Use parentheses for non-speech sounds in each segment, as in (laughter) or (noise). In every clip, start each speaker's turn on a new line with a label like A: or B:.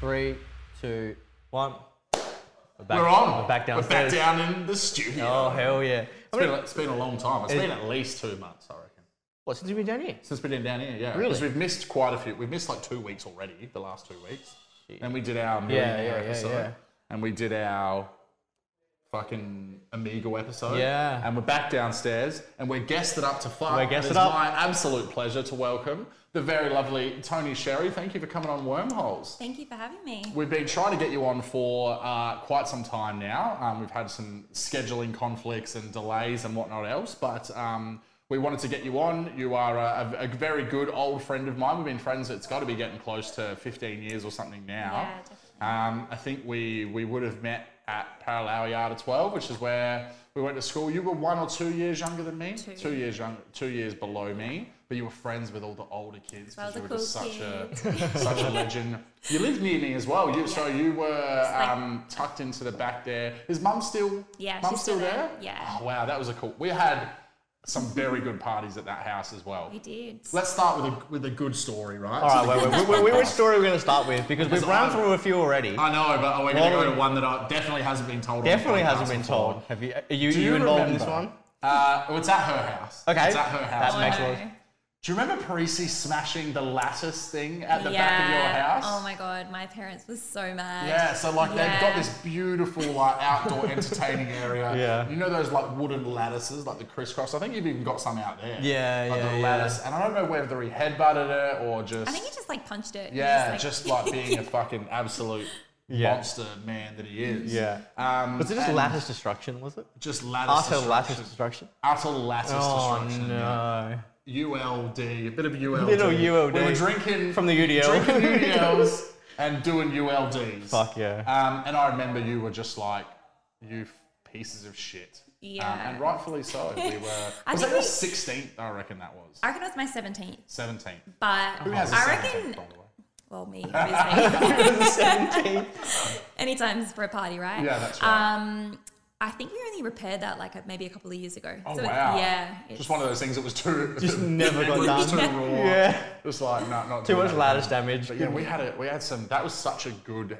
A: Three, two, one. We're, back,
B: We're on.
A: We're back downstairs.
B: We're back down in the studio.
A: Oh hell yeah! How
B: It's been,
A: many,
B: a- it's been a long time. It's been at least two months, I reckon,
A: what since you've been down here?
B: since we've been down here. Yeah,
A: Really?
B: Because we've missed quite a few. We've missed like two weeks already. The last two weeks, and we did our millionaire
A: yeah, yeah,
B: episode,
A: yeah.
B: and we did our fucking Amigo episode.
A: Yeah.
B: and we're back downstairs, and we're guested up to fuck.
A: We're
B: And
A: guested
B: it's
A: up.
B: my absolute pleasure to welcome the very lovely Tony Sherry. Thank you for coming on Wormholes.
C: Thank you for having me.
B: We've been trying to get you on for uh, quite some time now. Um, we've had some scheduling conflicts and delays and whatnot else, but um, we wanted to get you on. You are a, a- a very good old friend of mine. We've been friends, it's got to be getting close to 15 years or something now.
C: Yeah, definitely.
B: Um, I think we, we would have met at Parallel Yard at 12, which is where we went to school. You were one or two years younger than me?
C: Two.
B: years younger, two years below me, but you were friends with all the older kids
C: Well,
B: because you
C: the
B: were
C: cool
B: just such a (laughs) such a legend. You lived near me as well. You so
C: Yeah.
B: you were
C: like-
B: um, tucked into the back there. Is mum still?
C: Yeah,
B: mum
C: she's still there. Yeah.
B: Oh wow, that was a cool. We had some very good parties at that house as well.
C: We did.
B: Let's start with a with a good story, right?
A: All right, wait, wait, wait, wait, which story are we going to start with? Because we've
B: Because
A: run
B: I-
A: through a few already.
B: I know, but we're going to go
A: Well,
B: to one that I definitely hasn't been told. on the
A: Definitely hasn't
B: podcast
A: been
B: before.
A: told. Have you? Are you,
B: Do
A: you involved in
B: remember?
A: this one?
B: Uh, well, it's at her house.
A: Okay.
B: It's at her house.
A: That
C: Oh,
A: makes
C: no.
A: sense.
B: Do you remember Parisi smashing the lattice thing at the
C: yeah.
B: back of your house?
C: Oh my god, my parents were so mad.
B: Yeah, so like they've got
C: Yeah.
B: this beautiful like outdoor entertaining area.
A: (laughs) Yeah.
B: You know those like wooden lattices, like the crisscross. I think you've even got some out there.
A: Yeah,
B: like
A: yeah,
B: The
A: yeah.
B: lattice, and I don't know whether he headbutted it or just.
C: I think he just like punched it. He
B: yeah,
C: was
B: just like
C: (laughs)
B: being a um, fucking absolute
A: Yeah.
B: monster man that he is.
A: Yeah.
B: Um,
A: Was it just
B: and
A: lattice destruction? Was it?
B: Just lattice.
A: Utter lattice
B: destruction.
A: destruction.
B: Utter lattice
A: Oh
B: destruction. yeah.
A: no!
B: ULD, a bit of ULD.
A: Little ULD.
B: We were drinking
A: From the UDL.
B: drinking
A: (laughs)
B: UDLs and doing ULDs.
A: Fuck yeah.
B: Um, and I remember you were just like, you f- pieces of shit. Um,
C: Yeah.
B: and rightfully
C: (laughs)
B: so. We were.
C: I
B: was
C: think
B: that your
C: we-
B: 16th? I reckon that was.
C: I reckon it was my 17th,
B: 17th.
A: Oh,
C: but
B: Who has a
C: I
B: 17th,
C: reckon,
B: by the way?
C: well,
B: (laughs)
C: me, obviously.
A: Seventeen.
C: (laughs) Anytime's for a party, right?
B: Yeah, that's right.
C: Um, I think we only repaired that like maybe a couple of years ago.
B: oh,
C: So it-
B: wow.
C: yeah.
B: Just one of those things that was too. (laughs)
A: Just never got
B: it was
A: done.
B: Too raw.
A: Yeah.
B: Just like, no, not
A: Too much lattice
B: lattice.
A: damage.
B: But yeah, we had a we had some. That was such a good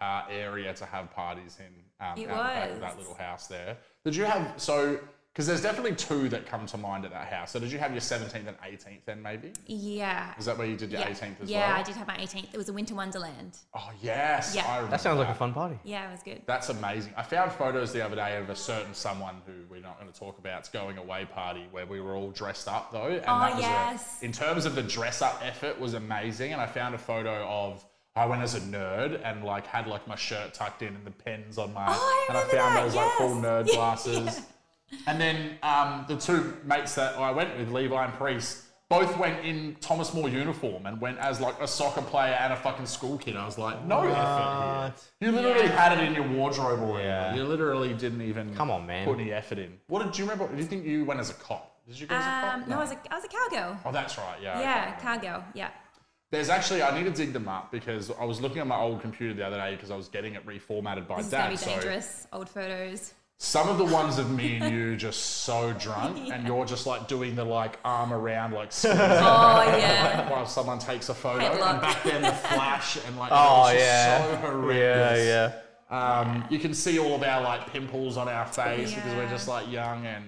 B: uh, area to have parties in. Um,
C: It
B: out the back of
C: was.
B: that little house there. Did you have so? Because there's definitely two that come to mind at that house. So did you have your 17th and 18th then maybe?
C: yeah.
B: Is that where you did your
C: yeah.
B: 18th as
C: yeah,
B: well?
C: I did have my 18th. It was a winter wonderland.
B: Oh yes,
C: Yeah.
B: I
C: That
B: remember
A: That sounds like a fun party.
C: Yeah, it was good.
B: That's amazing. I found photos the other day of a certain someone who we're not going to talk about's going away party where we were all dressed up though, and
C: Oh,
B: that was a-
C: yes.
B: in terms of the dress up effort was amazing. And I found a photo of I went as a nerd and like had like my shirt tucked in and the pens on my
C: Oh, I
B: and I
C: remember
B: found
C: that,
B: those like full
C: yes.
B: nerd
C: (laughs) Yeah.
B: glasses. And then um, the two mates that I went with, Levi and Priest, both went in Thomas More uniform and went as like a soccer player and a fucking school kid. I was like, no effort
A: What?
B: here. You literally
C: Yeah.
B: had it in your wardrobe already.
A: Yeah.
B: You literally didn't even
A: Come on, man.
B: put any effort in. What did do you remember? Do you think you went as a cop? Did you go as a
C: Um,
B: cop?
C: no, I was a, I was a cowgirl.
B: Oh, that's right. Yeah.
C: Yeah,
B: okay.
C: cowgirl. Yeah.
B: There's actually I need to dig them up because I was looking at my old computer the other day because I was getting it reformatted by
C: This is
B: dad.
C: gonna be
B: so
C: dangerous. Old photos.
B: some of the ones of me
C: (laughs)
B: and you just so drunk, and you're just like doing the like arm around
A: (laughs)
B: like squeeze
C: Oh yeah.
B: while someone takes a photo,
C: Headlock.
B: and back then the flash and like
A: (laughs) Oh
B: it was just
A: yeah.
B: so
A: Yeah,
B: horrendous.
A: yeah.
B: Um, you can see all of our like pimples on our face because we're
C: Yeah.
B: just like young and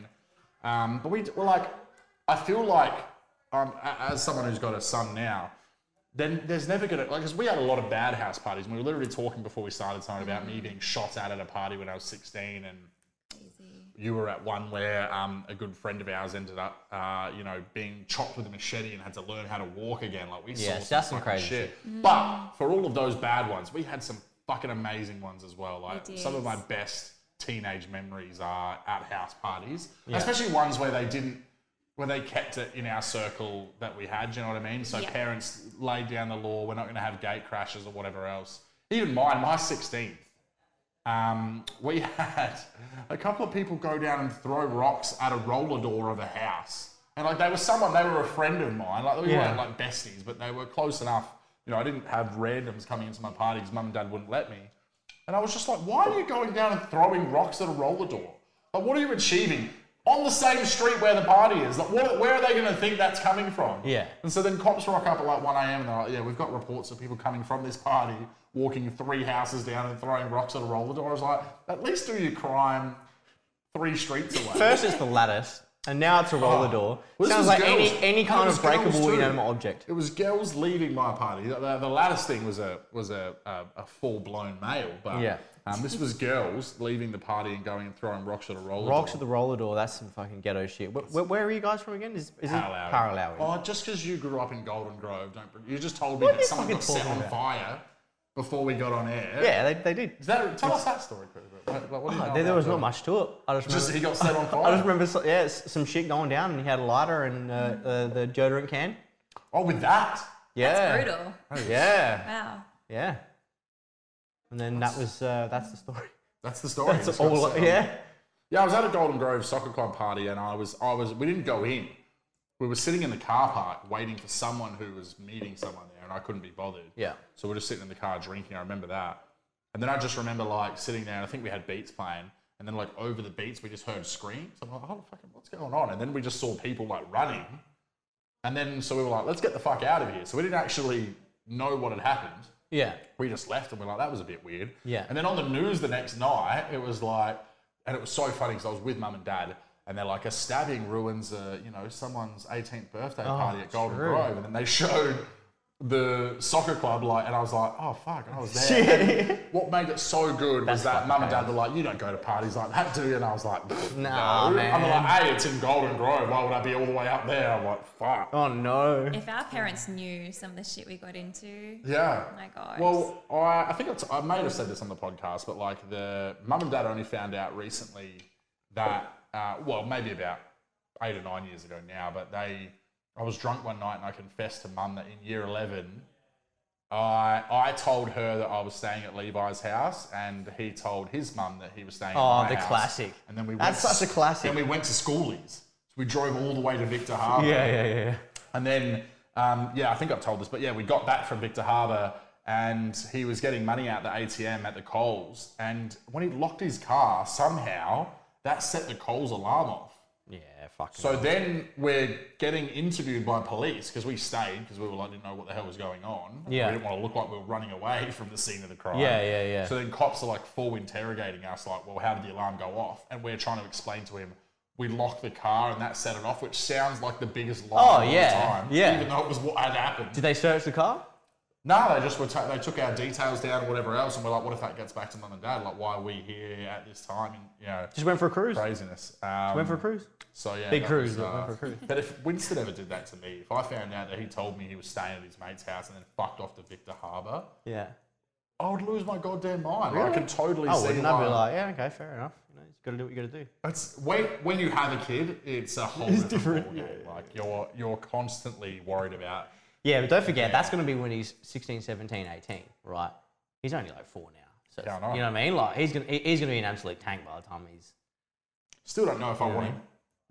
B: um, but we d- we're like I feel like um, a- as someone who's got a son now, then there's never gonna like because we had a lot of bad house parties. and We were literally talking before we started something about me being shot at at a party when I was 16 and. You were at one where um, a good friend of ours ended up, uh, you know, being chopped with a machete and had to learn how to walk again. Like we
A: Yeah,
B: saw
A: that's some
B: some fucking
A: crazy
B: shit.
C: Mm.
B: But for all of those bad ones, we had some fucking amazing ones as well. Like
C: We
B: some of
C: did.
B: my best teenage memories are at house parties, especially ones where they didn't, where they kept it in our circle that we had. do you know what I mean? So
C: Yeah.
B: parents laid down the law. We're not going to have gate crashes or whatever else. Even mine, my sixteenth. Um, we (laughs) had a couple of people go down and throw rocks at a roller door of a house. And like they were someone, they were a friend of mine. Like we
A: Yeah.
B: weren't like like besties, but they were close enough. You know, I didn't have randoms coming into my party because mum and dad wouldn't let me. And I was just like, why are you going down and throwing rocks at a roller door? Like, what are you achieving? on the same street where the party is. Like, what, where are they going to think that's coming from?
A: Yeah.
B: And so then cops rock up at like 1 a.m. and they're like, yeah, we've got reports of people coming from this party, walking three houses down and throwing rocks at a roller door. I was like, at least do your crime three streets away.
A: First it's the lattice, and now it's a roller
B: Oh.
A: door.
B: Well, this
A: Sounds
B: was
A: like
B: girls.
A: any, any kind of
B: It was girls
A: breakable
B: too.
A: inanimate object.
B: It was girls leaving my party. The, the, the lattice thing was a was a a, a full blown male, but
A: Yeah.
B: um, this was girls leaving the party and going and throwing rocks at a roller.
A: Rocks
B: door.
A: at the roller door, that's some fucking ghetto shit. Where, where, where are you guys from again? Is, is it
B: Parallel.
A: Parallel?
B: Oh, just because you grew up in Golden Grove, don't you just told me
A: What are
B: that
A: you
B: someone
A: fucking
B: got set
A: talking
B: on
A: about?
B: fire before we got on air.
A: Yeah, they, they did.
B: Is that, tell us that story, quick. Like, like, what do you know
A: There, there
B: about
A: was
B: that?
A: not much to it. (laughs) I just
B: Just
A: remember,
B: he got set on
A: I just
B: fire.
A: remember so, yeah, s- some shit going down, and he had a lighter and uh, uh, the deodorant can.
B: Oh, with that.
A: Yeah,
C: That's brutal.
A: Yeah,
C: Wow.
A: yeah. And then that was uh, that's the story.
B: (laughs) That's the story.
A: That's
B: Just got
A: all.
B: set on
A: Yeah,
B: Yeah, I was at a Golden Grove soccer club party, and I was, I was, we didn't go in. We were sitting in the car park waiting for someone who was meeting someone there, and I couldn't be bothered.
A: yeah.
B: So we're just sitting in the car drinking. I remember that, and then I just remember like sitting there, and I think we had beats playing, and then like over the beats, we just heard screams. I'm like, oh fucking, what's going on? And then we just saw people like running, and then so we were like, let's get the fuck out of here. So we didn't actually know what had happened
A: Yeah.
B: we just left and we're like, that was a bit weird.
A: Yeah.
B: And then on the news the next night, it was like, and it was so funny because I was with mum and dad, and they're like, a stabbing ruins, uh, you know, someone's 18th birthday party at Golden
A: Oh, true.
B: Grove, and then they (laughs) showed the soccer club like, and I was like, oh fuck, and I was there.
A: (laughs) Shit.
B: And What made it so good
A: That's
B: was that
A: fucking
B: mum and dad were like, you don't go to parties like that, do you? And I was like,
A: Nah,
B: no.
A: man.
B: I'm like, hey, it's in Golden Grove. Why would I be all the way up there? I'm like, fuck.
A: Oh no.
C: If our parents knew some of the shit we got into,
B: Yeah.
C: My God.
B: Well, I, I think it's, I may have said this on the podcast, but like the mum and dad only found out recently that, uh, well, maybe about eight or nine years ago now, but they, I was drunk one night and I confessed to mum that in year 11, I, I told her that I was staying at Levi's house, and he told his mum that he was staying.
A: Oh,
B: at my
A: the
B: house.
A: classic.
B: And then we
A: That's
B: went
A: such a classic.
B: Then we went to Schoolies. So we drove all the way to Victor Harbour.
A: Yeah, yeah, yeah, yeah.
B: And then, um, yeah, I think I've told this, but yeah, we got back from Victor Harbour and he was getting money out the ATM at the Coles. And when he locked his car, somehow that set the Coles alarm off.
A: Yeah, fucking.
B: So then we're getting interviewed by police because we stayed because we were like, didn't know what the hell was going on.
A: Yeah.
B: We didn't want to look like we were running away (laughs) from the scene of the crime.
A: Yeah, yeah, yeah.
B: So then cops are like full interrogating us, like, well, how did the alarm go off? And we're trying to explain to him, we locked the car and that set it off, which sounds like the biggest lie
A: Oh,
B: of all
A: yeah,
B: time.
A: yeah.
B: Even though it was what had happened.
A: did they search the car?
B: No, they just were ta they took our details down and whatever else, and we're like, what if that gets back to mum and dad? Like, why are we here at this time? And, you know,
A: Just went for a cruise.
B: craziness. Um,
A: Went for a cruise.
B: so yeah,
A: Big
B: that
A: cruise,
B: was, uh,
A: but went for a cruise.
B: But if Winston ever did that to me, if I found out that he told me he was staying at his mate's house and then fucked off to Victor Harbour,
A: Yeah.
B: I would lose my goddamn mind. I
A: Really?
B: can totally
A: I
B: see
A: wouldn't. I'd
B: why.
A: be like, yeah, okay, fair enough. You know, you got to do what you got to do.
B: It's when when you have a kid, it's a whole
A: It's
B: different.
A: different,
B: ballgame. Like you're you're constantly worried about.
A: Yeah, but don't forget, that's going to be when he's 16, 17, 18, right? He's only like four now. So,
B: Yeah, I know.
A: you know what I mean? Like, he's going to he's gonna be an absolute tank by the time he's.
B: Still don't know if I want him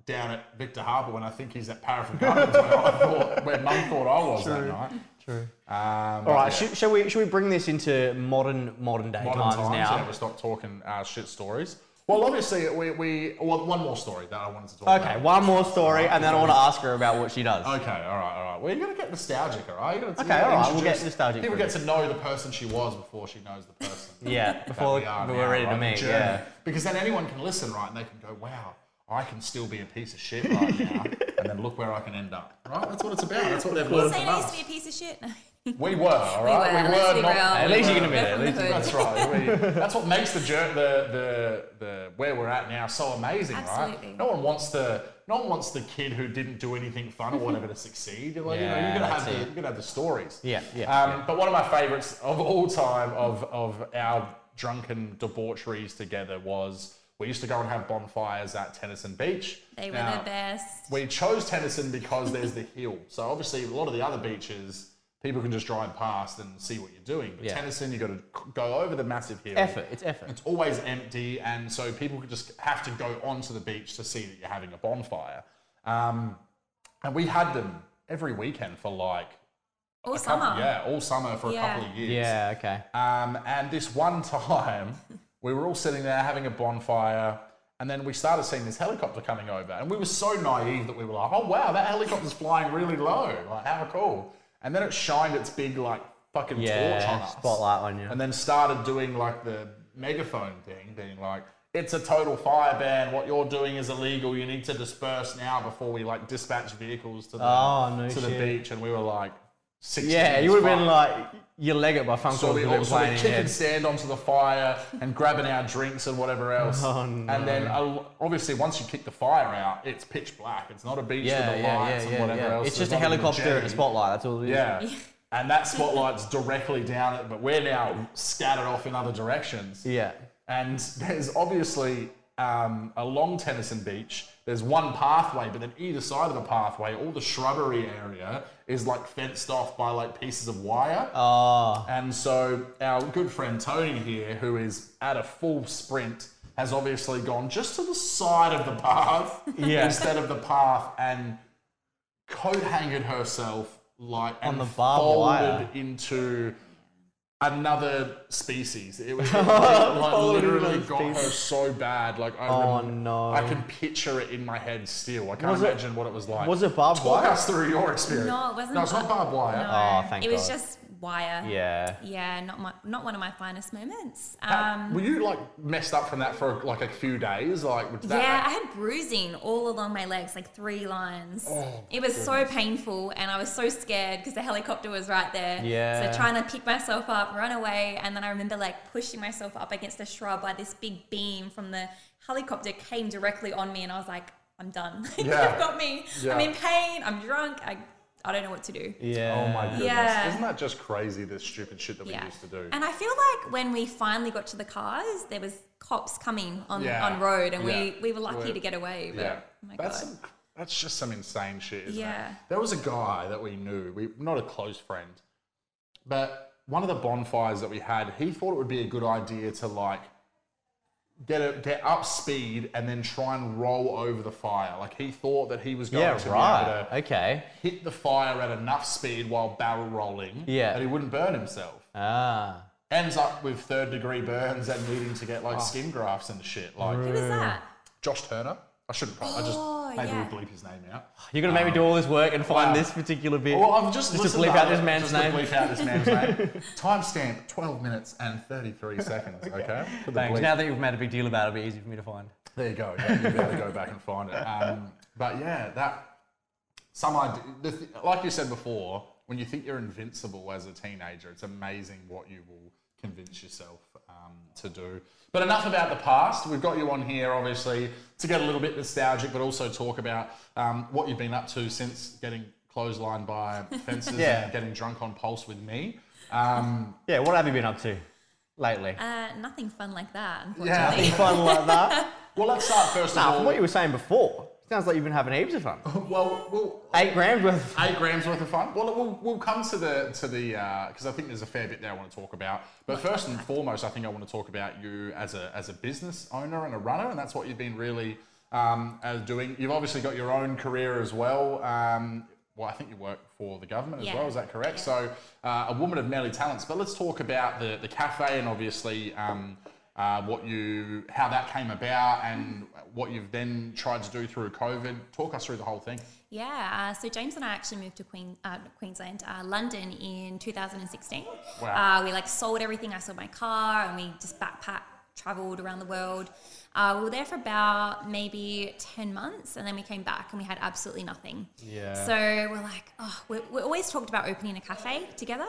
B: down at Victor Harbour when I think he's at Paraffin Gardens where, I thought, where Mum thought I was that night.
A: True.
B: Um,
A: All right, should, shall, we, shall we bring this into modern modern day
B: modern
A: Oh, times,
B: times
A: now?
B: yeah, we stop talking uh, shit stories. Well, obviously, we, we well, one more story that I wanted to talk
A: Okay,
B: about.
A: one more story, and then I want to ask her about what she does.
B: Okay, all right, all right. Well, you're gonna get nostalgic, all right? You're gonna,
A: Okay,
B: you're gonna
A: all right, we'll get
B: introduce-
A: nostalgic
B: People
A: for
B: get to know the person she was before she knows the person.
A: (laughs) Yeah, before
B: we are
A: we
B: now,
A: are ready
B: right?
A: to
B: The
A: meet.
B: journey.
A: Yeah.
B: Because then anyone can listen, right? And they can go, wow, I can still be a piece of shit right now. and then look where I can end up, right? That's what it's about. That's what they've
C: you
B: learned
C: saying
B: from
C: I used to
B: us.
C: be a piece of shit? (laughs)
B: We were, all right?
C: were, let's be
B: not-
C: real.
A: At
C: We
A: least
C: were-
A: you're going to be
C: we're
A: there. At
C: from
A: least
C: the
A: you're
C: hood.
B: That's right. We, that's what makes the, jour- the the the where we're at now so amazing,
C: Absolutely.
B: right? No one wants the no one wants the kid who didn't do anything fun or whatever to succeed. Like, you know,
A: Yeah,
B: you're gonna
A: that's
B: have the,
A: it.
B: you're gonna have the stories.
A: Yeah, yeah,
B: Um, But one of my favourites of all time of of our drunken debaucheries together was we used to go and have bonfires at Tennyson Beach.
C: They were
B: Now,
C: the best.
B: we chose Tennyson because there's the hill. So obviously, a lot of the other beaches, people can just drive past and see what you're doing. But
A: Yeah.
B: Tennyson, you got to go over the massive hill.
A: effort, it's effort.
B: It's always empty, and so people could just have to go onto the beach to see that you're having a bonfire. Um, and we had them every weekend for like
C: All
B: a couple-
C: summer.
B: yeah, all summer for
C: Yeah.
B: a couple of years.
A: Yeah, okay.
B: (laughs) Um, and this one time, we were all sitting there having a bonfire, And then we started seeing this helicopter coming over, and we were so naive that we were like, "Oh wow, that helicopter's flying really low! Like how cool!" And then it shined its big like fucking torch
A: Yeah,
B: on us,
A: spotlight on you.
B: and then started doing like the megaphone thing, being like, "It's a total fire ban. What you're doing is illegal. You need to disperse now before we like dispatch vehicles to the
A: Oh, no
B: to the
A: shit.
B: beach." And we were like, 16
A: yeah,
B: as
A: you would have been
B: fuck.
A: like, you leg it by Funko.
B: So we all sort of
A: playing
B: chicken
A: head.
B: stand onto the fire and grabbing our drinks and whatever else.
A: Oh,
B: And then uh, obviously once you kick the fire out, it's pitch black. It's not a beach
A: Yeah,
B: with the
A: yeah,
B: lights
A: yeah,
B: and
A: yeah,
B: whatever
A: yeah.
B: else.
A: It's
B: There's
A: just a
B: not even
A: helicopter and a
B: jetty.
A: spotlight. That's all it is.
B: Yeah. And that spotlight's directly down it, but we're now scattered off in other directions.
A: Yeah.
B: And there's obviously um, along Tennyson Beach, there's one pathway, but then either side of the pathway, all the shrubbery area is like fenced off by like pieces of wire.
A: Oh,
B: And so our good friend Tony here, who is at a full sprint, has obviously gone just to the side of the path
A: (laughs) Yeah.
B: instead of the path and coat hanged herself like and
A: the barbed
B: folded
A: wire.
B: into another species. It
A: (laughs)
B: was it, like
A: Folded into
B: literally
A: another
B: got her
A: species.
B: so bad. Like I
A: Oh,
B: rem-
A: no.
B: I can picture it in my head still. I can't
A: Was it-
B: imagine what it was like.
A: was it barbed
B: Talk
A: wire?
B: us through your experience.
C: No, it wasn't
B: No, it's not
C: bar-
B: barbed wire.
A: Oh, thank
C: it was
A: God.
C: just wire.
A: yeah.
C: Yeah, not my, not one of my finest moments.
B: That-
C: Um,
B: were you like messed up from that for like a few days? Like, was that,
C: yeah, I had bruising all along my legs, like three lines.
B: Oh,
C: it was so painful, and I was so scared because the helicopter was right there.
A: Yeah.
C: So trying to pick myself up, run away, and then I remember like pushing myself up against a shrub by this big beam from the helicopter came directly on me, and I was like, I'm done. (laughs) You've
B: Yeah.
C: got me.
B: Yeah.
C: I'm in pain. I'm drunk. I, I don't know what to do.
A: Yeah.
B: Oh my goodness!
C: Yeah.
B: Isn't that just crazy? This stupid shit that we used to do.
C: And I feel like when we finally got to the cars, there was cops coming on,
B: Yeah.
C: on road, and
B: Yeah.
C: we, we were lucky
B: We're-
C: to get away. But
B: yeah,
C: oh my
B: that's
C: god,
B: some, that's just some insane shit. Isn't
C: Yeah.
B: It? There was a guy that we knew. We not a close friend, but one of the bonfires that we had. He thought it would be a good idea to like. Get, a, get up speed and then try and roll over the fire. Like he thought that he was going
A: Yeah,
B: to be able
A: right.
B: to
A: Okay.
B: hit the fire at enough speed while barrel rolling
A: Yeah.
B: that he wouldn't burn himself.
A: Ah.
B: Ends up with third degree burns and needing to get like skin grafts and shit. Like
C: who was that?
B: Josh Turner. I shouldn't probably. I
C: Oh,
B: just maybe
C: yeah.
B: we'll bleep his name out.
A: You're going to make me do all this work and find
B: Wow.
A: this particular bit.
B: Well, I've
A: Just
B: just,
A: to
B: listened
A: bleep out this
B: it,
A: man's
B: just
A: name.
B: To bleep out this
A: (laughs)
B: man's name. Timestamp: twelve minutes and thirty-three seconds. Okay. For the
A: Thanks.
B: bleep.
A: Now that you've made a big deal about it, it'll be easy for me to find.
B: There you go. Yeah, you'll be able to go back and find it. Um, but yeah, that some idea. The th- like you said before, when you think you're invincible as a teenager, it's amazing what you will convince yourself um, to do. But enough about the past. We've got you on here, obviously, to get a little bit nostalgic, but also talk about um, what you've been up to since getting clotheslined by fences
A: Yeah.
B: and getting drunk on Pulse with me. Um,
A: Yeah, what have you been up to lately?
C: Uh, nothing fun like that,
B: yeah. I (laughs)
C: unfortunately.
B: think-
A: fun like that?
B: Well, let's start first
A: Nah,
B: of
A: from
B: all.
A: what you were saying before, sounds like you've been having heaps of fun.
B: well, well,
A: Eight grams worth of
B: eight grams worth of fun. Well, we'll, we'll come to the to the because I think there's a fair bit there I want to talk about. But first and foremost, I think I want to talk about you as a as a business owner and a runner, and that's what you've been really um, uh, doing. You've obviously got your own career as well. Um, well, I think you work for the government as
C: Yeah.
B: well. Is that correct? So, uh, a woman of many talents. But let's talk about the the cafe and obviously. Um, uh, what you, how that came about, and what you've then tried to do through COVID. Talk us through the whole thing.
C: Yeah, uh, so James and I actually moved to Queen, uh, not Queensland, uh, London in 2016.
B: Wow.
C: Uh, we like sold everything. I sold my car and we just backpacked, traveled around the world. Uh, we were there for about maybe 10 months and then we came back and we had absolutely nothing.
A: Yeah.
C: So we're like, oh, we, we always talked about opening a cafe together.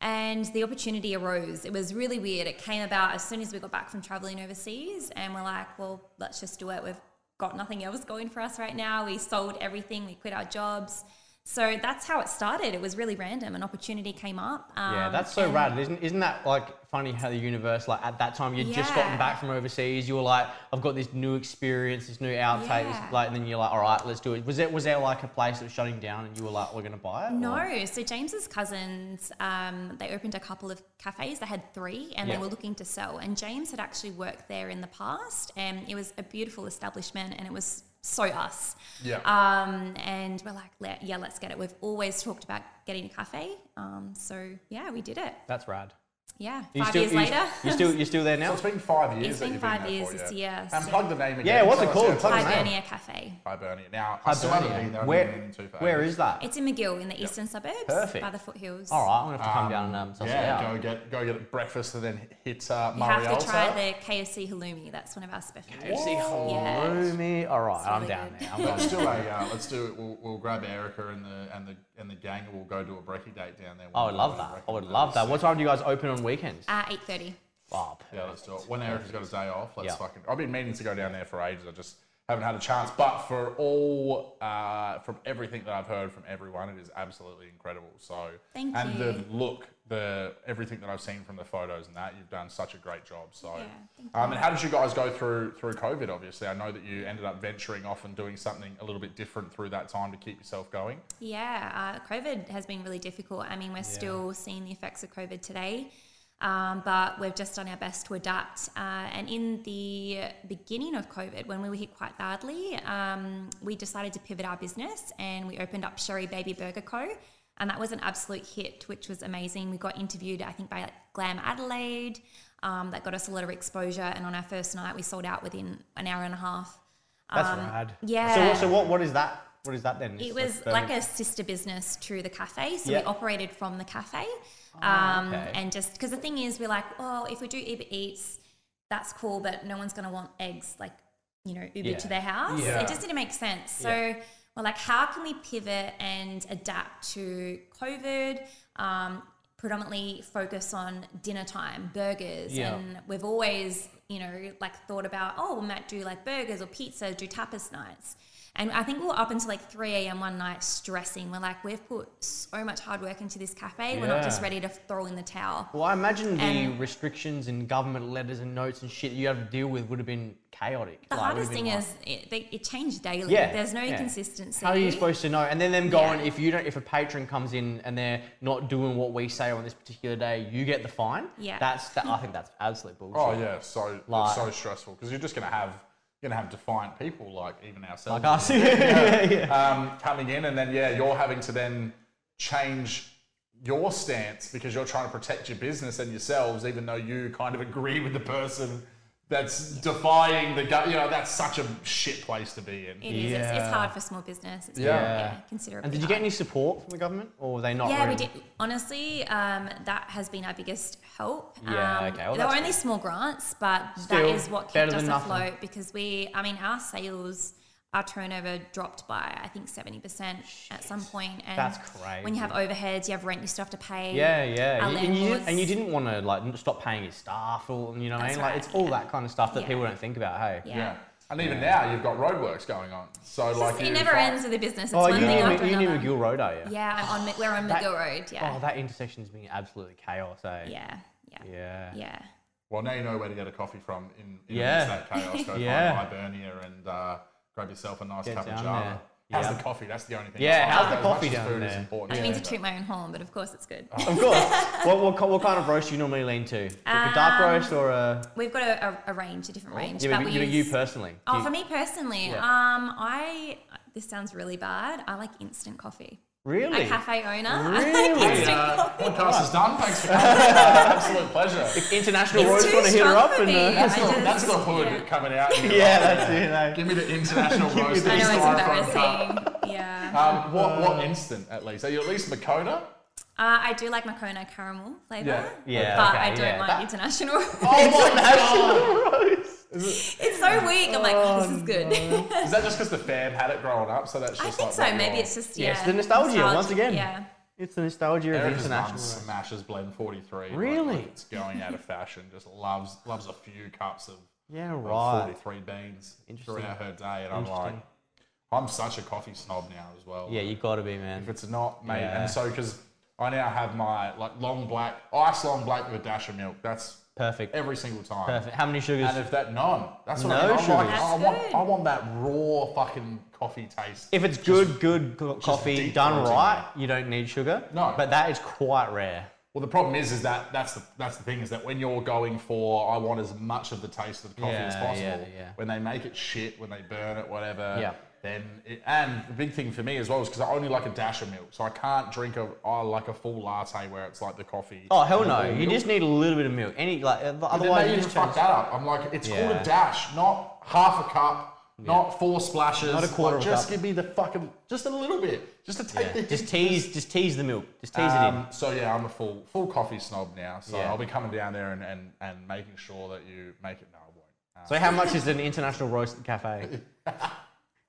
C: And the opportunity arose. It was really weird. It came about as soon as we got back from traveling overseas, and we're like, well, let's just do it. We've got nothing else going for us right now. We sold everything, we quit our jobs. So that's how it started. It was really random. An opportunity came up. Um,
A: Yeah, that's so
C: and-
A: rad, isn't isn't that like funny how the universe like at that time you'd just gotten
C: Yeah.
A: back from overseas, you were like, I've got this new experience, this new outtake,
C: Yeah.
A: this, like, and then you're like, all right, let's do it. Was there was there like a place that was shutting down and you were like, we're gonna buy it? or-
C: No, so James's cousins, um, they opened a couple of cafes. They had three, and
A: Yeah.
C: they were looking to sell. And James had actually worked there in the past, and it was a beautiful establishment, and it was so us.
B: Yeah.
C: Um, and we're like, "Le- yeah, let's get it. We've always talked about getting a cafe, um, so yeah, we did it.
A: That's rad.
C: yeah,
A: You
C: five
A: still,
C: years
A: you,
C: later.
A: (laughs) you
C: (laughs)
A: still you still there now?
B: It's been five years.
C: It's
B: that
C: been
B: you've
C: five
B: there
C: years
B: for,
C: this
B: yeah.
C: year,
B: And
C: so-
B: plug the name again.
A: Yeah, what's it
B: Tell us,
A: called?
B: Plug the name.
C: Hibernia Cafe.
B: Hibernia. Now, I still haven't been
A: Hibernia.
B: there.
A: Where, where is that?
C: It's in McGill in the eastern suburbs
A: Perfect.
C: by the foothills.
A: All right, I'm gonna have to come down and um, suss it
B: Yeah,
A: out.
B: go get go get breakfast and then hit uh,
C: You have to
B: Marielle's
C: try
B: up.
C: the KFC halloumi. That's one of our specialties.
A: FC Halloumi. All right, I'm
C: really
A: down
C: good.
A: there. I'm
B: Let's
A: down
B: do a. Uh, let's do. We'll, we'll grab Erica and the and the and the gang, and we'll go do a brekkie date down there.
A: I would love that. I would love that. What time do you guys open on weekends?
C: Uh, 8.30.
A: Oh,
B: Yeah, let's do it. When Erica's got a day off, let's
A: Yeah.
B: fucking. I've been meaning to go down there for ages. I just haven't had a chance. But for all, uh, from everything that I've heard from everyone, it is absolutely incredible. So
C: Thank
B: and
C: you.
B: the look, the everything that I've seen from the photos and that you've done such a great job. So,
C: Yeah, thank
B: um, and how did you guys go through through COVID? Obviously, I know that you ended up venturing off and doing something a little bit different through that time to keep yourself going.
C: Yeah, uh, COVID has been really difficult. I mean, we're still seeing the effects of COVID today, um, but we've just done our best to adapt. Uh, and in the beginning of COVID, when we were hit quite badly, um, we decided to pivot our business and we opened up Sherry Baby Burger Co. And that was an absolute hit, which was amazing. We got interviewed, I think, by like, Glam Adelaide. Um, that got us a lot of exposure. And on our first night, we sold out within an hour and a half.
A: That's
C: Um,
A: rad. So,
C: yeah.
A: what- so what, what is that? What is that then?
C: It
A: It's um,
C: was
A: burger-
C: like a sister business to the cafe, so
A: Yeah.
C: we operated from the cafe, um,
A: Oh, okay.
C: and just because the thing is, we're like, oh, if we do Uber Eats, that's cool, but no one's gonna want eggs, like you know, Uber to
A: Yeah.
C: their house.
B: Yeah.
C: It just didn't make sense. So
A: Yeah.
C: we're like, how can we pivot and adapt to COVID? Um, predominantly focus on dinner time burgers
A: Yeah.
C: and we've always you know like thought about oh we might do like burgers or pizzas do tapas nights and i think we were up until like 3 a.m one night stressing we're like we've put so much hard work into this cafe we're not
A: Yeah.
C: just ready to throw in the towel
A: Well, I imagine the
C: And-
A: restrictions and government letters and notes and shit you had to deal with would have been chaotic. Like, it
C: the
A: would have
C: hardest
A: been
C: thing
A: like-
C: is it, they, it changed daily
A: Yeah,
C: there's no
A: yeah.
C: consistency
A: How are you supposed to know? And then them going,
C: Yeah.
A: if you don't, if a patron comes in and they're not doing what we say on this particular day, you get the fine.
C: Yeah.
A: that's that. I think that's absolute bullshit.
B: Oh yeah, so
A: Like-
B: so stressful because you're just gonna have you're gonna have defiant people like even ourselves.
A: (laughs) Like us. yeah, yeah, yeah.
B: um, coming in, and then yeah, you're having to then change your stance because you're trying to protect your business and yourselves, even though you kind of agree with the person that's defying the gut. You know, that's such a shit place to be in.
C: It is. It's, it's
A: Yeah.
C: hard for small business. It's
B: Yeah.
A: Yeah.
C: considerably.
A: And did you get
C: hard.
A: any support from the government, or were they not?
C: Yeah, we
A: really-
C: did. Honestly, um, that has been our biggest help.
A: Yeah,
C: um,
A: okay, well,
C: there were
A: that's
C: only small grants, but that
A: Still,
C: is what
A: better
C: kept us
A: than
C: afloat
A: nothing.
C: because we, I mean, our sales, our turnover dropped by, I think, 70% at some point. And
A: That's
C: When you have
A: crazy.
C: overheads, you have rent you still have to pay.
A: Yeah, yeah.
C: Our
A: And, and you,
C: landlords-
A: and you didn't want to like stop paying your staff, or you know, what I
C: That's
A: mean? like
C: right,
A: it's all
C: yeah.
A: that kind of stuff that
C: Yeah.
A: people don't think about. Hey.
C: Yeah.
B: Yeah. And even now, you've got roadworks going on. So like,
C: it
B: you-
C: never ends with a business. It's
A: Oh,
C: one
A: you
C: thing
A: knew,
C: after
A: you knew
C: another.
A: McGill Road, are you?
C: Yeah, I'm on, Mi- we're on
A: That-
C: McGill Road. Yeah.
A: Oh, that intersection's been absolutely chaos, eh?
C: yeah. Yeah. Yeah.
A: Yeah.
C: Yeah.
B: Well, now you know where to get a coffee from in, in
A: Yeah.
B: amidst that
A: (laughs)
B: chaos. Go
A: Yeah.
B: find Hibernia and uh, grab yourself a nice
A: Get
B: cup of
A: down
B: java.
A: there.
B: How's
A: Yeah.
B: the coffee? That's the only thing.
A: Yeah,
B: Oh,
A: how's the
B: as much
A: coffee
B: as
A: down
B: food is
A: there?
B: important,
C: I don't mean to
B: but-
C: toot my own horn, but of course it's good.
A: Of course.
C: (laughs)
A: what, what, ki- what kind of roast do you normally lean to? Like a dark
C: Um,
A: roast or a.
C: We've got a, a, a range, a different range.
A: Oh. Yeah,
C: but
A: but
C: we
A: you,
C: use,
A: you personally.
C: Oh,
A: You-
C: for me personally,
A: Yeah.
C: um, I this sounds really bad. I like instant coffee.
A: Really?
C: A cafe owner. (laughs) I like
A: Really?
C: instant
B: Uh,
C: (laughs) coffee.
B: podcast is done. Thanks for coming.
C: (laughs)
B: Uh, absolute pleasure.
A: International
C: It's
A: roast
C: too
A: want to hit her
C: strong
A: up
C: for
A: and. (laughs)
C: me. (laughs)
A: Uh,
B: That's,
C: I
B: the,
C: just-
B: that's the hood
C: yeah.
B: coming out. here.
A: yeah, that's it.
B: Give
A: eh?
B: me the international
A: me
B: roast.
A: the-
C: I
B: in
C: know
B: styrofoam
C: it's
B: cup.
C: embarrassing. yeah. Uh,
B: Um, what, what instant at least? Are you at
A: (laughs)
B: least Makona?
C: Uh, I do like Macona caramel flavour.
B: Yeah.
A: Yeah,
C: But
A: okay,
C: I don't
A: yeah.
C: like
A: That- (laughs)
C: international. (laughs)
B: Oh
A: International (laughs) roast.
C: it's so weak. I'm like, oh, this is good.
B: Is that just because the fam had it growing up? So that's just
C: (laughs) I think
B: like
C: so.
B: what
C: Maybe
B: your-
C: it's just yeah.
A: Yeah, it's the nostalgia, once again.
C: Yeah.
A: It's the nostalgia of the
B: Erica's mum
A: international roast.
B: smashes blend forty three.
A: Really?
B: it's going out of fashion. Just loves loves a few cups of,
A: Yeah,
B: forty
A: right.
B: three beans
A: Interesting.
B: throughout her day, and I'm like,
A: Interesting.
B: I'm such a coffee snob now as well.
A: Yeah, you gotta be,
B: If
A: man.
B: it's not, mate.
A: Yeah.
B: And so, because I now have my like long black, ice long black with a dash of milk. That's
A: Perfect.
B: every single time.
A: Perfect. How many sugars?
B: And if that none, that's what
A: No
B: I mean. I'm like,
A: sugar.
B: I
C: That's
B: want,
C: good.
B: I want that raw fucking coffee taste.
A: If it's good, good co- coffee
B: deep
A: done
B: throating
A: right, you don't need sugar.
B: No.
A: But that is quite rare.
B: well, the problem is, is that that's the that's the thing is that when you're going for, I want as much of the taste of the coffee as
A: Yeah, yeah,
B: possible.
A: yeah.
B: When they make it shit, when they burn it, whatever.
A: Yeah.
B: then it, and the big thing for me as well is because I only like a dash of milk, so I can't drink a I like a full latte where it's like the coffee.
A: Oh hell
B: and the
A: no!
B: full
A: You
B: milk.
A: just need a little bit of milk. Any like uh,
B: But then
A: otherwise
B: they
A: you
B: even
A: just
B: fuck
A: change.
B: that up. I'm like, it's called
A: Yeah.
B: a dash, not half a cup, not four splashes,
A: Not a quarter
B: Like,
A: of a
B: just
A: cup.
B: give me the fucking just a little bit, just to take
A: Yeah.
B: the
A: Just tease, just tease the milk. Just tease it in.
B: Um, so yeah, I'm a full full coffee snob now. So
A: Yeah.
B: I'll be coming down there and, and, and making sure that you make it. No, I won't. Uh,
A: So how much is an international roast at the (laughs) cafe?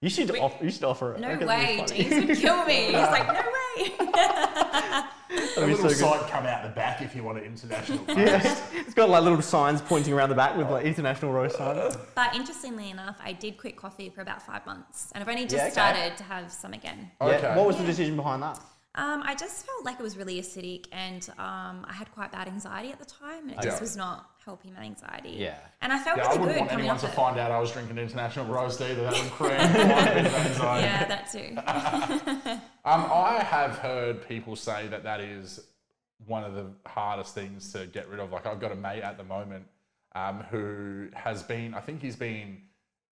A: You should offer. You should offer it.
C: No
A: That'd be
C: way,
A: funny. (laughs)
C: James would kill me. He's like, no way.
B: A
A: be
B: little
A: so good.
B: side come out the back if you want
A: (laughs)
B: an international.
A: it's got like little signs pointing around the back with like international roast signs.
C: But interestingly enough, I did quit coffee for about five months, and I've only just
A: Yeah, okay.
C: started to have some again.
B: Okay.
A: Yeah. What was the decision behind that?
C: Um, I just felt like it was really acidic, and um, I had quite bad anxiety at the time, and it
B: Yeah.
C: just was not helping my anxiety.
A: Yeah.
C: and I felt
B: yeah, I
C: really
B: wouldn't
C: good
B: want
C: coming
B: anyone
C: off
B: to
C: it.
B: find out I was drinking international roast either. That would
C: (laughs)
B: create quite a bit of anxiety.
C: yeah, that too.
B: Um, I have heard people say that that is one of the hardest things to get rid of. Like I've got a mate at the moment um, who has been, I think he's been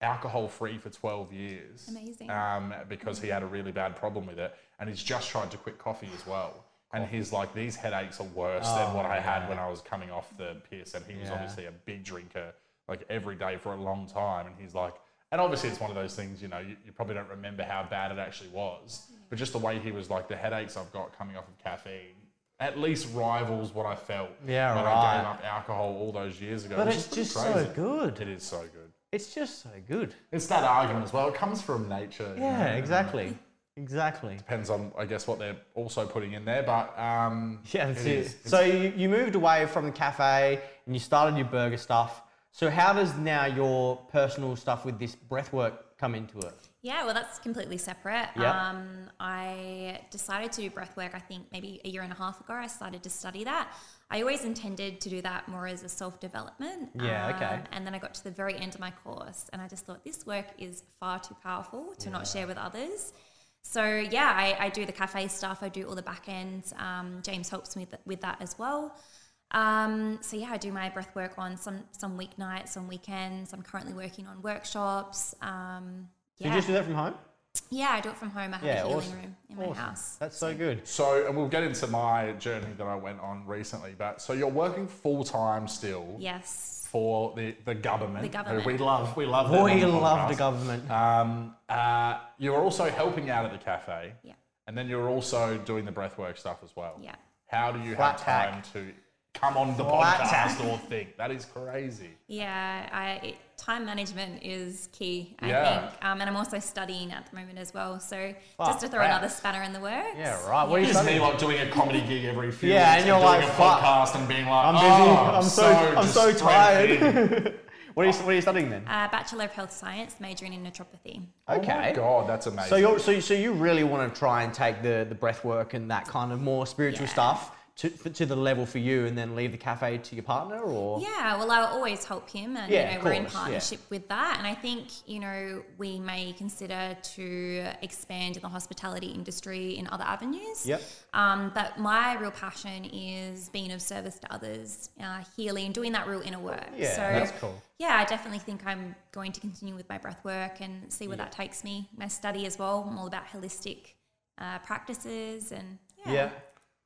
B: alcohol free for 12 years.
C: Amazing.
B: Um, because he had a really bad problem with it. And he's just tried to quit coffee as well. And he's like, these headaches are worse than what I had when I was coming off the piss. And he was
A: Oh, Yeah.
B: obviously a big drinker, like every day for a long time. And he's like, and obviously it's one of those things, you know, you, you probably don't remember how bad it actually was. But just the way he was like, the headaches I've got coming off of caffeine at least rivals what I felt
A: Yeah,
B: when I gave
A: right.
B: up alcohol all those years ago.
A: But
B: which
A: it's
B: is pretty
A: just so
B: crazy.
A: good.
B: It is so good.
A: It's just so good.
B: It's that argument as well. It comes from nature. you know,
A: Yeah,
B: and
A: exactly, exactly.
B: Depends on, I guess, what they're also putting in there. But um,
A: Yeah, that's it.
B: is.
A: So you, you moved away from the cafe and you started your burger stuff. So how does now your personal stuff with this breath work come into it?
C: Yeah, well, that's completely separate.
A: Yep.
C: Um, I decided to do breath work, I think maybe a year and a half ago. I started to study that. I always intended to do that more as a self development.
A: Yeah, okay.
C: And then I got to the very end of my course and I just thought this work is far too powerful to not share with others. So, yeah, I, I do the cafe stuff, I do all the back ends. Um, James helps me th- with that as well. Um, so yeah, I do my breath work on some some weeknights, on weekends. I'm currently working on workshops. Um,
A: So
C: yeah.
A: you just do that from home?
C: Yeah, I do it from home. I have
A: Yeah,
C: a healing
A: awesome.
C: room in my house.
A: That's so good.
B: so, and we'll get into my journey that I went on recently. But so you're working full time still
C: Yes.
B: for the, the government.
C: The
B: who
C: government.
B: we love. We love. them
A: Boy,
B: on
A: you love
B: podcast.
A: the government.
B: Um, uh, you were also helping out at the cafe.
C: Yeah.
B: And then you're also doing the breathwork stuff as well.
C: Yeah.
B: How do you
A: Flat
B: have
A: tack.
B: time to come on the
A: Flat
B: podcast or think? That is crazy.
C: Yeah, I, it, time management is key, I
B: Yeah.
C: think. Um, and I'm also studying at the moment as well. So
A: Fuck,
C: just to throw
A: rats.
C: another spanner in the works.
A: yeah, right. What are you
B: It's me
A: studying?
B: like doing a comedy gig every few
A: Yeah,
B: weeks
A: and you're
B: doing
A: like,
B: a
A: "Fuck,
B: podcast and being like,
A: I'm busy.
B: "Oh,
A: I'm so, I'm
B: just
A: so
B: straight in."
A: (laughs) tired. what are you What are you studying then?
C: Uh, Bachelor of Health Science, majoring in naturopathy.
B: Oh my god, that's amazing.
A: So you so you- so you really want to try and take the the breath work and that kind of more spiritual
C: Yeah.
A: stuff to for, to the level for you, and then leave the cafe to your partner, or
C: Yeah, well, I'll always help him, and
A: Yeah,
C: you know
A: of
C: we're in
A: course, yeah.
C: partnership with that. And I think you know we may consider to expand in the hospitality industry in other avenues.
A: Yep.
C: Um, but my real passion is being of service to others, uh, healing, doing that real inner work.
A: Yeah,
C: so,
A: that's cool.
C: Yeah, I definitely think I'm going to continue with my breath work and see where that takes me. My study as well. I'm all about holistic uh, practices and
A: yeah.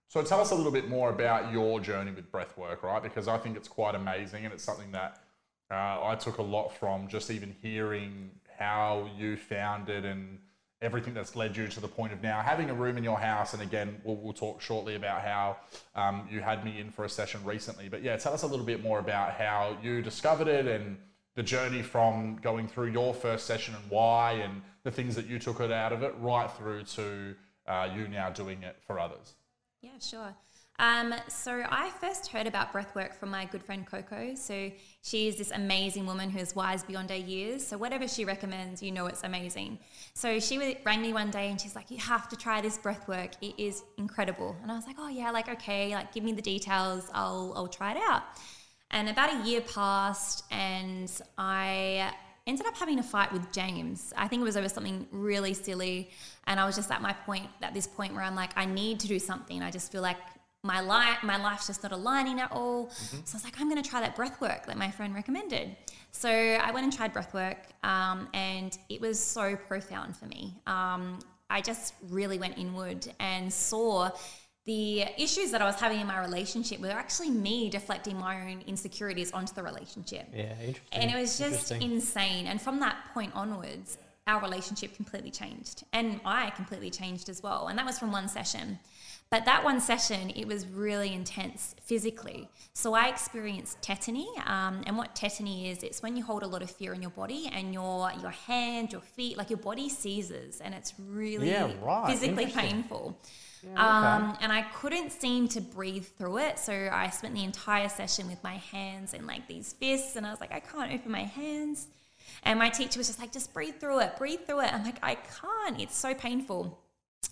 B: So tell us a little bit more about your journey with breathwork, right? Because I think it's quite amazing, and it's something that uh, I took a lot from just even hearing how you found it and everything that's led you to the point of now having a room in your house. And again, we'll, we'll talk shortly about how um, you had me in for a session recently. But yeah, tell us a little bit more about how you discovered it and the journey from going through your first session and why, and the things that you took it out of it, right through to uh, you now doing it for others.
C: Yeah, sure. Um, so I first heard about breathwork from my good friend Coco. So she is this amazing woman who is wise beyond her years. So whatever she recommends, you know it's amazing. So she wa- rang me one day and she's like, "You have to try this breathwork. It is incredible." And I was like, "Oh yeah, like okay, like give me the details. I'll I'll try it out." And about a year passed, and I ended up having a fight with James. I think it was over something really silly. And I was just at my point, at this point where I'm like, I need to do something. I just feel like my life, my life's just not aligning at all. So I was like, I'm going to try that breath work that my friend recommended. So I went and tried breathwork, um, and it was so profound for me. Um, I just really went inward and saw the issues that I was having in my relationship were actually me deflecting my own insecurities onto the relationship.
A: Yeah, interesting.
C: And it was just
A: Interesting.
C: insane. And from that point onwards, our relationship completely changed. And I completely changed as well. And that was from one session. But that one session, it was really intense physically. So I experienced tetany. Um, and what tetany is, it's when you hold a lot of fear in your body and your your hand, your feet, like your body seizes and it's really
A: Yeah, right.
C: physically
A: Interesting.
C: painful.
A: okay.
C: um, and I couldn't seem to breathe through it. So I spent the entire session with my hands in like these fists, and I was like, I can't open my hands. And my teacher was just like, just breathe through it, breathe through it. I'm like, I can't. It's so painful.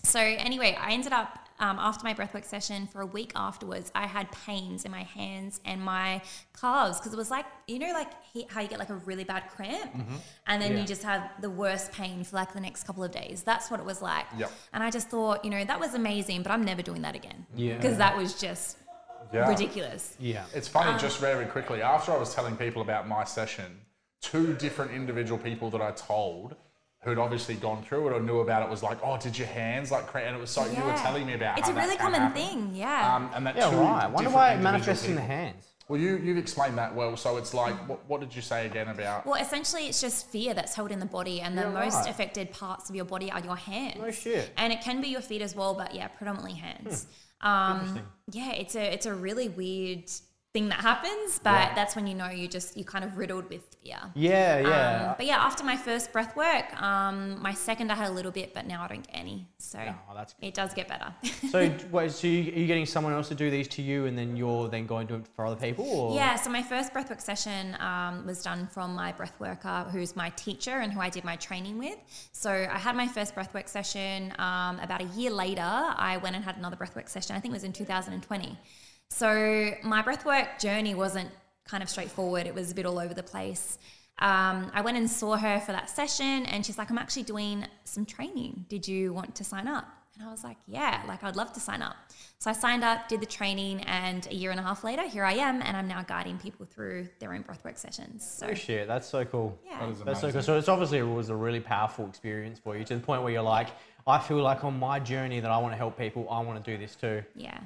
C: So anyway, I ended up um, after my breathwork session for a week afterwards. I had pains in my hands and my calves because it was like you know like he, how you get like a really bad cramp,
B: Mm-hmm.
C: and then
A: Yeah.
C: you just have the worst pain for like the next couple of days. That's what it was like.
B: Yep.
C: And I just thought you know that was amazing, but I'm never doing that again.
A: Yeah.
C: Because that was just
B: Yeah.
C: ridiculous.
A: Yeah.
B: It's
C: Um,
B: funny, just very quickly, after I was telling people about my session, two different individual people that I told who'd obviously gone through it or knew about it was like, oh, did your hands like cramp? And it was so, you were
C: Yeah.
B: telling me about
C: It's
B: how
C: a
B: that
C: really
B: can
C: common
B: happen.
C: thing. Yeah.
B: Um, and that
A: Yeah,
B: two
A: right. Wonder
B: different
A: why it
B: individual
A: manifests in the
B: people-
A: hands.
B: Well, you, you've explained that well. So it's like, what, what did you say again about?
C: Well, essentially, it's just fear that's held in the body, and the
A: Yeah,
C: most
A: right.
C: affected parts of your body are your hands.
A: No shit. Hmm.
C: And it can be your feet as well, but yeah, predominantly hands. Um, yeah, it's a it's a really weird thing that happens, but that's when you know you just you kind of riddled with fear.
A: Yeah, yeah.
C: Um, but yeah, after my first breath work, um, my second I had a little bit, but now I don't get any. So
A: Oh, that's good.
C: it does get better. (laughs)
A: So, d- wait, so you, are you getting someone else to do these to you, and then you're then going to do it for other people? Or?
C: Yeah, so my first breathwork session um, was done from my breathworker, who's my teacher and who I did my training with. So I had my first breathwork session. Um, about a year later, I went and had another breathwork session. I think it was in 2020. So my breathwork journey wasn't kind of straightforward, it was a bit all over the place. Um, I went and saw her for that session, and she's like, I'm actually doing some training. Did you want to sign up? And I was like, yeah, like I'd love to sign up. So I signed up, did the training, and a year and a half later, here I am, and I'm now guiding people through their own breathwork sessions. So
A: Oh, shit, that's so cool.
C: yeah,
B: is
A: That's so
B: amazing.
A: cool. So, it's obviously it was a really powerful experience for you to the point where you're like, I feel like on my journey that I want to help people, I want to do this too.
C: yeah,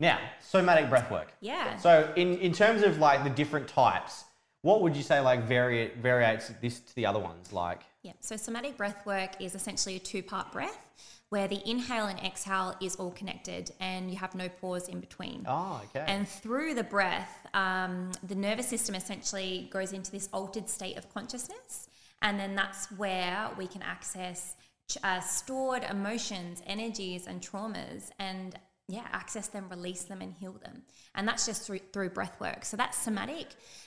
A: Now, somatic breathwork.
C: yeah.
A: So, in, in terms of like the different types, what would you say like vari- variates this to the other ones? Like,
C: Yeah. So somatic breath work is essentially a two-part breath where the inhale and exhale is all connected and you have no pause in between.
A: oh, okay.
C: And through the breath, um, the nervous system essentially goes into this altered state of consciousness. And then that's where we can access ch- uh, stored emotions, energies, and traumas and yeah, access them, release them, and heal them. And that's just through, through breath work. So that's somatic.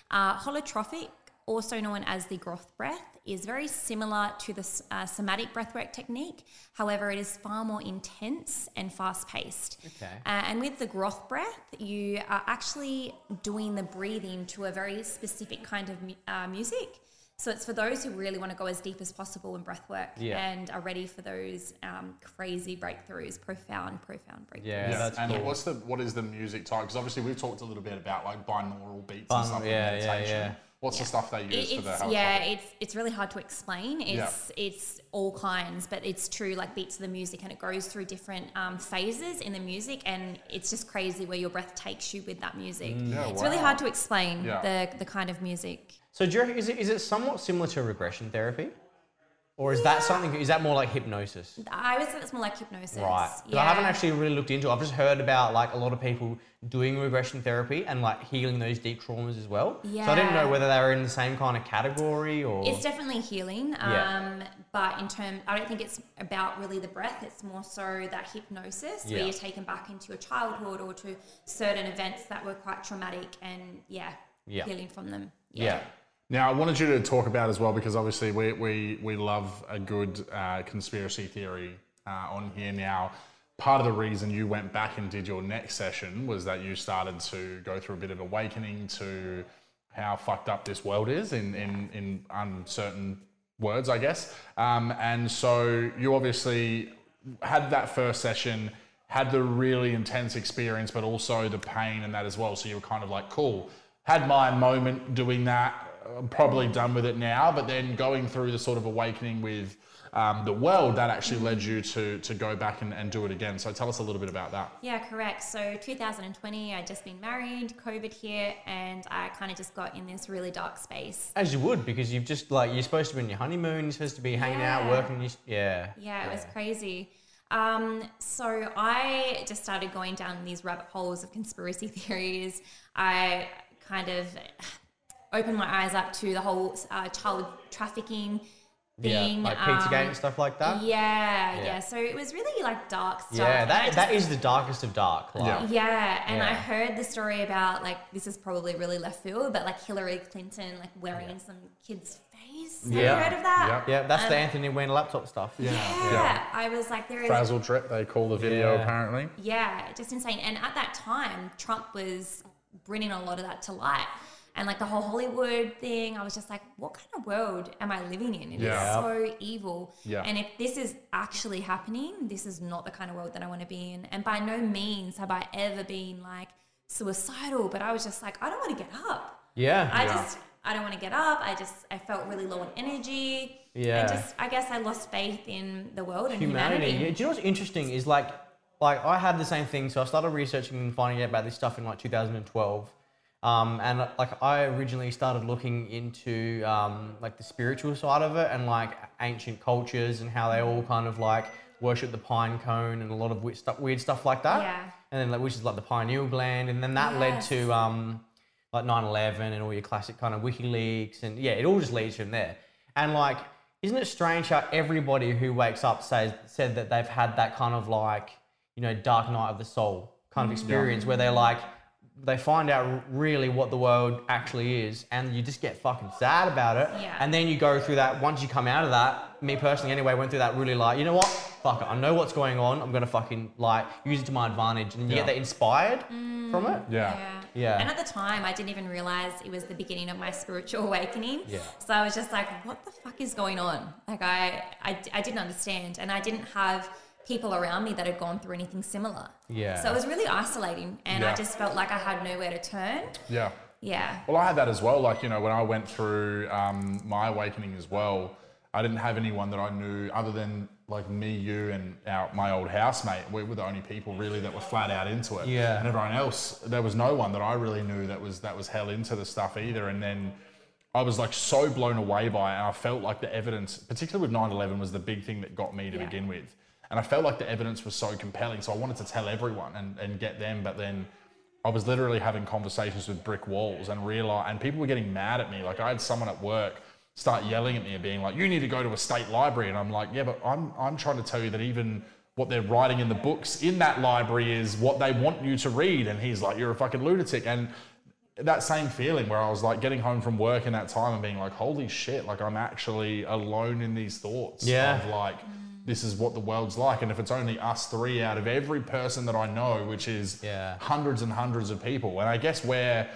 C: Uh, holotropic, also known as the groth breath, is very similar to the s- uh, somatic breathwork technique. However, it is far more intense and fast paced.
A: Okay.
C: Uh, and with the groth breath, you are actually doing the breathing to a very specific kind of mu- uh, music. So it's for those who really want to go as deep as possible in breath work
A: Yeah.
C: and are ready for those um, crazy breakthroughs, profound, profound breakthroughs.
A: yeah, that's
B: and
A: cool.
B: what's the what is the music type? Because obviously we've talked a little bit about like binaural beats
A: Bin-
B: and stuff.
A: yeah,
B: in
A: yeah,
B: meditation.
A: yeah.
B: What's the stuff they use
C: It-
B: for the
C: it's
B: helicopter?
C: yeah, it's it's really hard to explain. It's it's all kinds, but it's true like beats of the music, and it goes through different um, phases in the music, and it's just crazy where your breath takes you with that music.
A: Mm.
B: Yeah,
C: it's really
B: wow.
C: hard to explain
B: Yeah.
C: the the kind of music.
A: So, do you reckon, is it, is it somewhat similar to regression therapy? Or is that something, is that more like hypnosis?
C: I would say it's more like hypnosis.
A: Right. 'Cause I haven't actually really looked into it. I've just heard about like a lot of people doing regression therapy and like healing those deep traumas as well. So I didn't know
C: Yeah.
A: whether they were in the same kind of category or
C: It's definitely healing, um,
A: Yeah.
C: but in terms, I don't think it's about really the breath. It's more so that hypnosis
A: Yeah.
C: where you're taken back into your childhood or to certain events that were quite traumatic, and yeah,
A: Yeah.
C: healing from them.
A: yeah.
B: Now, I wanted you to talk about as well because obviously we, we, we love a good uh, conspiracy theory uh, on here now. Part of the reason you went back and did your next session was that you started to go through a bit of awakening to how fucked up this world is in, in, in uncertain words, I guess. Um, and so you obviously had that first session, had the really intense experience, but also the pain and that as well. So you were kind of like, cool, had my moment doing that. I'm probably done with it now. But then going through the sort of awakening with um, the world, that actually led you to to go back and, and do it again. So tell us a little bit about that.
C: Yeah, correct. So 2020, I'd just been married, COVID here, and I kind of just got in this really dark space.
A: As you would, because you've just like you're supposed to be on your honeymoon. You're supposed to be hanging out,
C: Yeah.
A: working. You, s- yeah.
C: Yeah, it was crazy. Um, so I just started going down these rabbit holes of conspiracy (laughs) theories. I kind of opened my eyes up to the whole uh, child trafficking thing.
A: Yeah, like Pizzagate
C: um,
A: and stuff like that.
C: Yeah,
A: Yeah.
C: yeah, So it was really like dark stuff.
A: Yeah,
C: and I
A: that,
C: just-
A: that is the darkest of dark. Like,
B: Yeah.
C: Yeah, and I
A: Yeah.
C: heard the story about like this is probably really left field, but like Hillary Clinton like wearing some kid's face. Have
A: Yeah.
C: you heard of that?
B: Yep.
A: Yeah, that's the Anthony Wayne laptop stuff.
C: Um, Yeah.
B: Yeah.
C: I was like, there is
B: Frazzle drip, they call the video
A: Yeah.
B: apparently.
C: Yeah, just insane. And at that time, Trump was bringing a lot of that to light. And like the whole Hollywood thing, I was just like, what kind of world am I living in? It is
B: Yeah.
C: so evil.
B: Yeah.
C: And if this is actually happening, this is not the kind of world that I want to be in. And by no means have I ever been like suicidal, but I was just like, I don't want to get up.
A: Yeah.
C: I
B: Yeah.
C: just, I don't want to get up. I just, I felt really low on energy.
A: Yeah.
C: And just, I guess I lost faith in the world and
A: humanity.
C: humanity.
A: Yeah, do you know what's interesting is like, like I had the same thing. So I started researching and finding out about this stuff in like 2012. Um, and uh, like I originally started looking into um, like the spiritual side of it and like ancient cultures and how they all
C: Mm.
A: kind of like worship the pine cone and a lot of weird stuff, weird stuff like that.
C: Yeah.
A: And then like which is like the pineal gland, and then that led
C: Yes.
A: to um, like 9-11 and all your classic kind of WikiLeaks and yeah, it all just leads from there. And like, isn't it strange how everybody who wakes up says said that they've had that kind of like, you know, dark night of the soul kind of experience where they're like they find out r- really what the world actually is and you just get fucking sad about it.
C: Yeah.
A: And then you go through that once you come out of that, me personally anyway, went through that really like, you know what? Fuck it, I know what's going on. I'm gonna fucking like use it to my advantage and you
B: Yeah.
A: get that inspired from it.
B: Yeah.
A: Yeah.
C: And at the time, I didn't even realize it was the beginning of my spiritual awakening.
A: Yeah.
C: So I was just like, what the fuck is going on? Like, I, I, I didn't understand. And I didn't have people around me that had gone through anything similar.
A: Yeah.
C: So it was really isolating. And
B: Yeah.
C: I just felt like I had nowhere to turn.
B: Yeah.
C: Yeah.
B: Well, I had that as well. Like, you know, when I went through um, my awakening as well, I didn't have anyone that I knew other than like me, you, and our, my old housemate. We were the only people really that were flat out into it.
A: Yeah.
B: And everyone else, there was no one that I really knew that was that was hell into the stuff either. And then I was like so blown away by it. And I felt like the evidence, particularly with 9-11, was the big thing that got me to
C: Yeah.
B: begin with. And I felt like the evidence was so compelling. So I wanted to tell everyone and, and get them, but then I was literally having conversations with brick walls and realize, and people were getting mad at me. Like I had someone at work start yelling at me and being like, "You need to go to a state library," and I'm like, "Yeah, but I'm I'm trying to tell you that even what they're writing in the books in that library is what they want you to read." And he's like, "You're a fucking lunatic." And that same feeling where I was like getting home from work in that time and being like, "Holy shit!" Like I'm actually alone in these thoughts.
A: Yeah.
B: Of like. This is what the world's like, and if it's only us three out of every person that I know, which is
A: Yeah.
B: hundreds and hundreds of people. And I guess where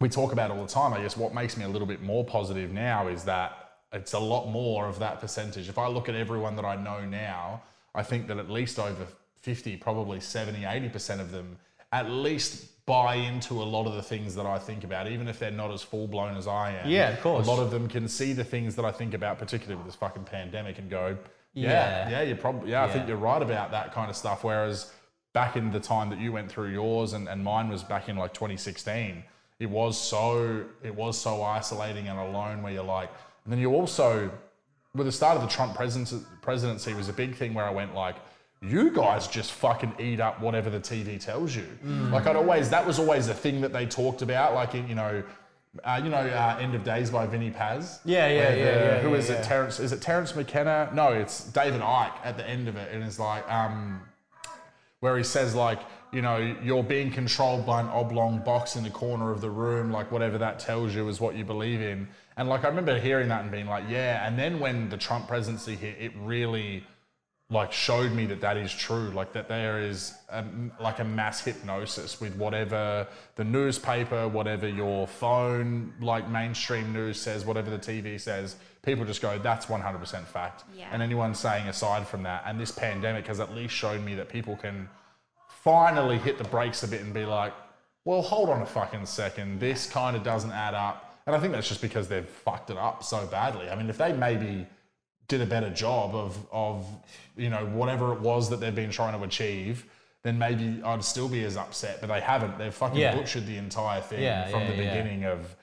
B: we talk about all the time, I guess what makes me a little bit more positive now is that it's a lot more of that percentage. If I look at everyone that I know now, I think that at least over 50, probably 70, 80% of them at least buy into a lot of the things that I think about, even if they're not as full blown as I am.
A: Yeah, of course.
B: A lot of them can see the things that I think about, particularly with this fucking pandemic, and go, yeah,
A: Yeah.
B: yeah, you're probably, yeah, I think
A: Yeah.
B: you're right about that kind of stuff. Whereas back in the time that you went through yours and, and mine was back in like 2016, it was so it was so isolating and alone where you're like, and then you also with the start of the Trump presiden- presidency was a big thing where I went like, you guys just fucking eat up whatever the TV tells you. Like I'd always, that was always the thing that they talked about. Like in, you know, uh, you know, uh, End of Days by Vinnie Paz.
A: Yeah, yeah,
B: Where
A: yeah, yeah,
B: Who
A: yeah,
B: is
A: yeah.
B: it? Terrence? Is it Terrence McKenna? No, it's David Icke at the end of it, and it's like, um, where he says like you know you're being controlled by an oblong box in the corner of the room like whatever that tells you is what you believe in and like i remember hearing that and being like yeah and then when the trump presidency hit it really like showed me that that is true like that there is a, like a mass hypnosis with whatever the newspaper whatever your phone like mainstream news says whatever the tv says people just go that's 100% fact
C: Yeah.
B: and anyone saying aside from that and this pandemic has at least shown me that people can finally hit the brakes a bit and be like well hold on a fucking second this kind of doesn't add up And I think that's just because they've fucked it up so badly. I mean, if they maybe did a better job of of you know whatever it was that they've been trying to achieve, then maybe I'd still be as upset. But they haven't. They've fucking
A: Yeah.
B: butchered the entire thing
A: Yeah,
B: from
A: yeah,
B: the
A: yeah.
B: beginning of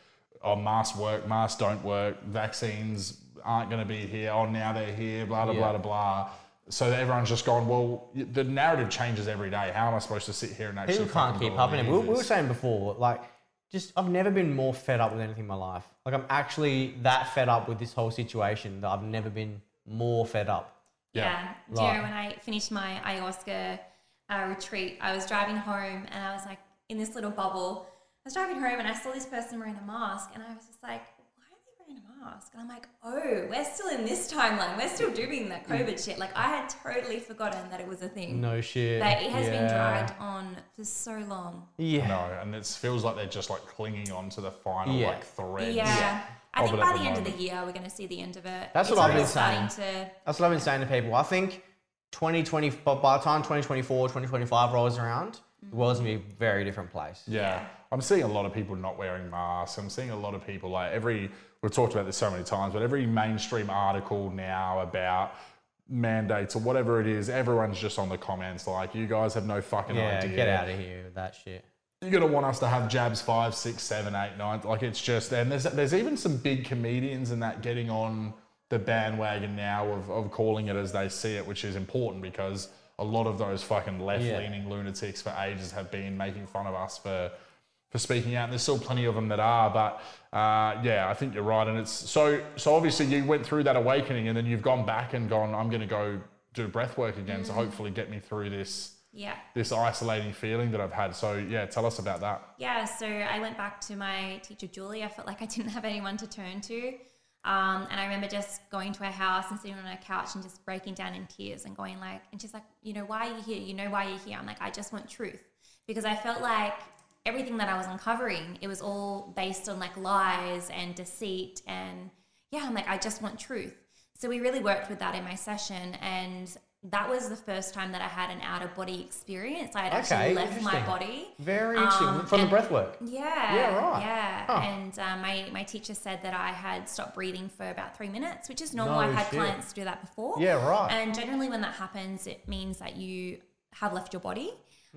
B: oh masks work, masks don't work, vaccines aren't going to be here. Oh now they're here. Blah blah
A: Yeah.
B: blah blah blah. So everyone's just gone. Well, y- the narrative changes every day. How am I supposed to sit here and actually?
A: People can't
B: fucking
A: keep up. And we,
B: believe
A: we were
B: this?
A: saying before, like, just I've never been more fed up with anything in my life. Like, I'm actually that fed up with this whole situation that I've never been more fed up.
C: Yeah. Do you
A: Right.
C: know when I finished my ayahuasca uh, retreat, I was driving home and I was like in this little bubble. I was driving home and I saw this person wearing a mask and I was just like, why are they wearing a mask? And I'm like, oh, we're still in this timeline. We're still doing that COVID shit. Like I had totally forgotten that it was a thing.
A: No shit.
C: That it has been
A: Yeah.
C: dragged on for so long.
A: Yeah.
B: No, and it feels like they're just like clinging on to the final
A: Yeah.
B: like thread.
C: Yeah. I think
B: Of it
C: by
B: at
C: the,
B: the
C: end of
B: moment.
C: the year, we're going to see the end of it.
A: That's
C: It's
A: what I've
C: already
A: been saying.
C: starting to-
A: That's what I've been saying to people. I think 2020, by by the time 2024, 2025 rolls around, the world's gonna be a very different place.
B: Yeah. I'm seeing a lot of people not wearing masks. I'm seeing a lot of people like every we've talked about this so many times, but every mainstream article now about mandates or whatever it is, everyone's just on the comments like you guys have no fucking
A: Yeah,
B: idea.
A: get out of here with that shit.
B: You're gonna want us to have jabs five, six, seven, eight, nine. Like it's just and there's there's even some big comedians and that getting on the bandwagon now of, of calling it as they see it, which is important because a lot of those fucking left leaning lunatics for ages have been making fun of us for for speaking out. And there's still plenty of them that are, but uh, yeah, I think you're right. And it's so so obviously you went through that awakening and then you've gone back and gone, I'm gonna go do breath work again to hopefully get me through this
C: Yeah.
B: this isolating feeling that I've had. So yeah, tell us about that.
C: Yeah, so I went back to my teacher Julie. I felt like I (laughs) didn't have anyone to turn to. Um, and I remember just going to her house and sitting on her couch and just breaking down in tears and going like, and she's like, you know, why are you here? You know why you're here. I'm like, I just want truth because I felt like everything that I was uncovering, it was all based on like lies and deceit and yeah, I'm like, I just want truth. So we really worked with that in my session and that was the first time that I had an out of body experience. I had
A: Okay,
C: actually left my
A: interesting.
C: body.
A: Very interesting.
C: Um,
A: From the
C: and-
A: breath work.
C: Yeah.
A: Yeah, right.
C: Yeah.
A: Huh.
C: And uh, my, my teacher said that I had stopped breathing for about three minutes, which is normal.
A: No
C: I've had
A: shit.
C: clients do that before.
A: Yeah, right.
C: And generally, when that happens, it means that you have left your body.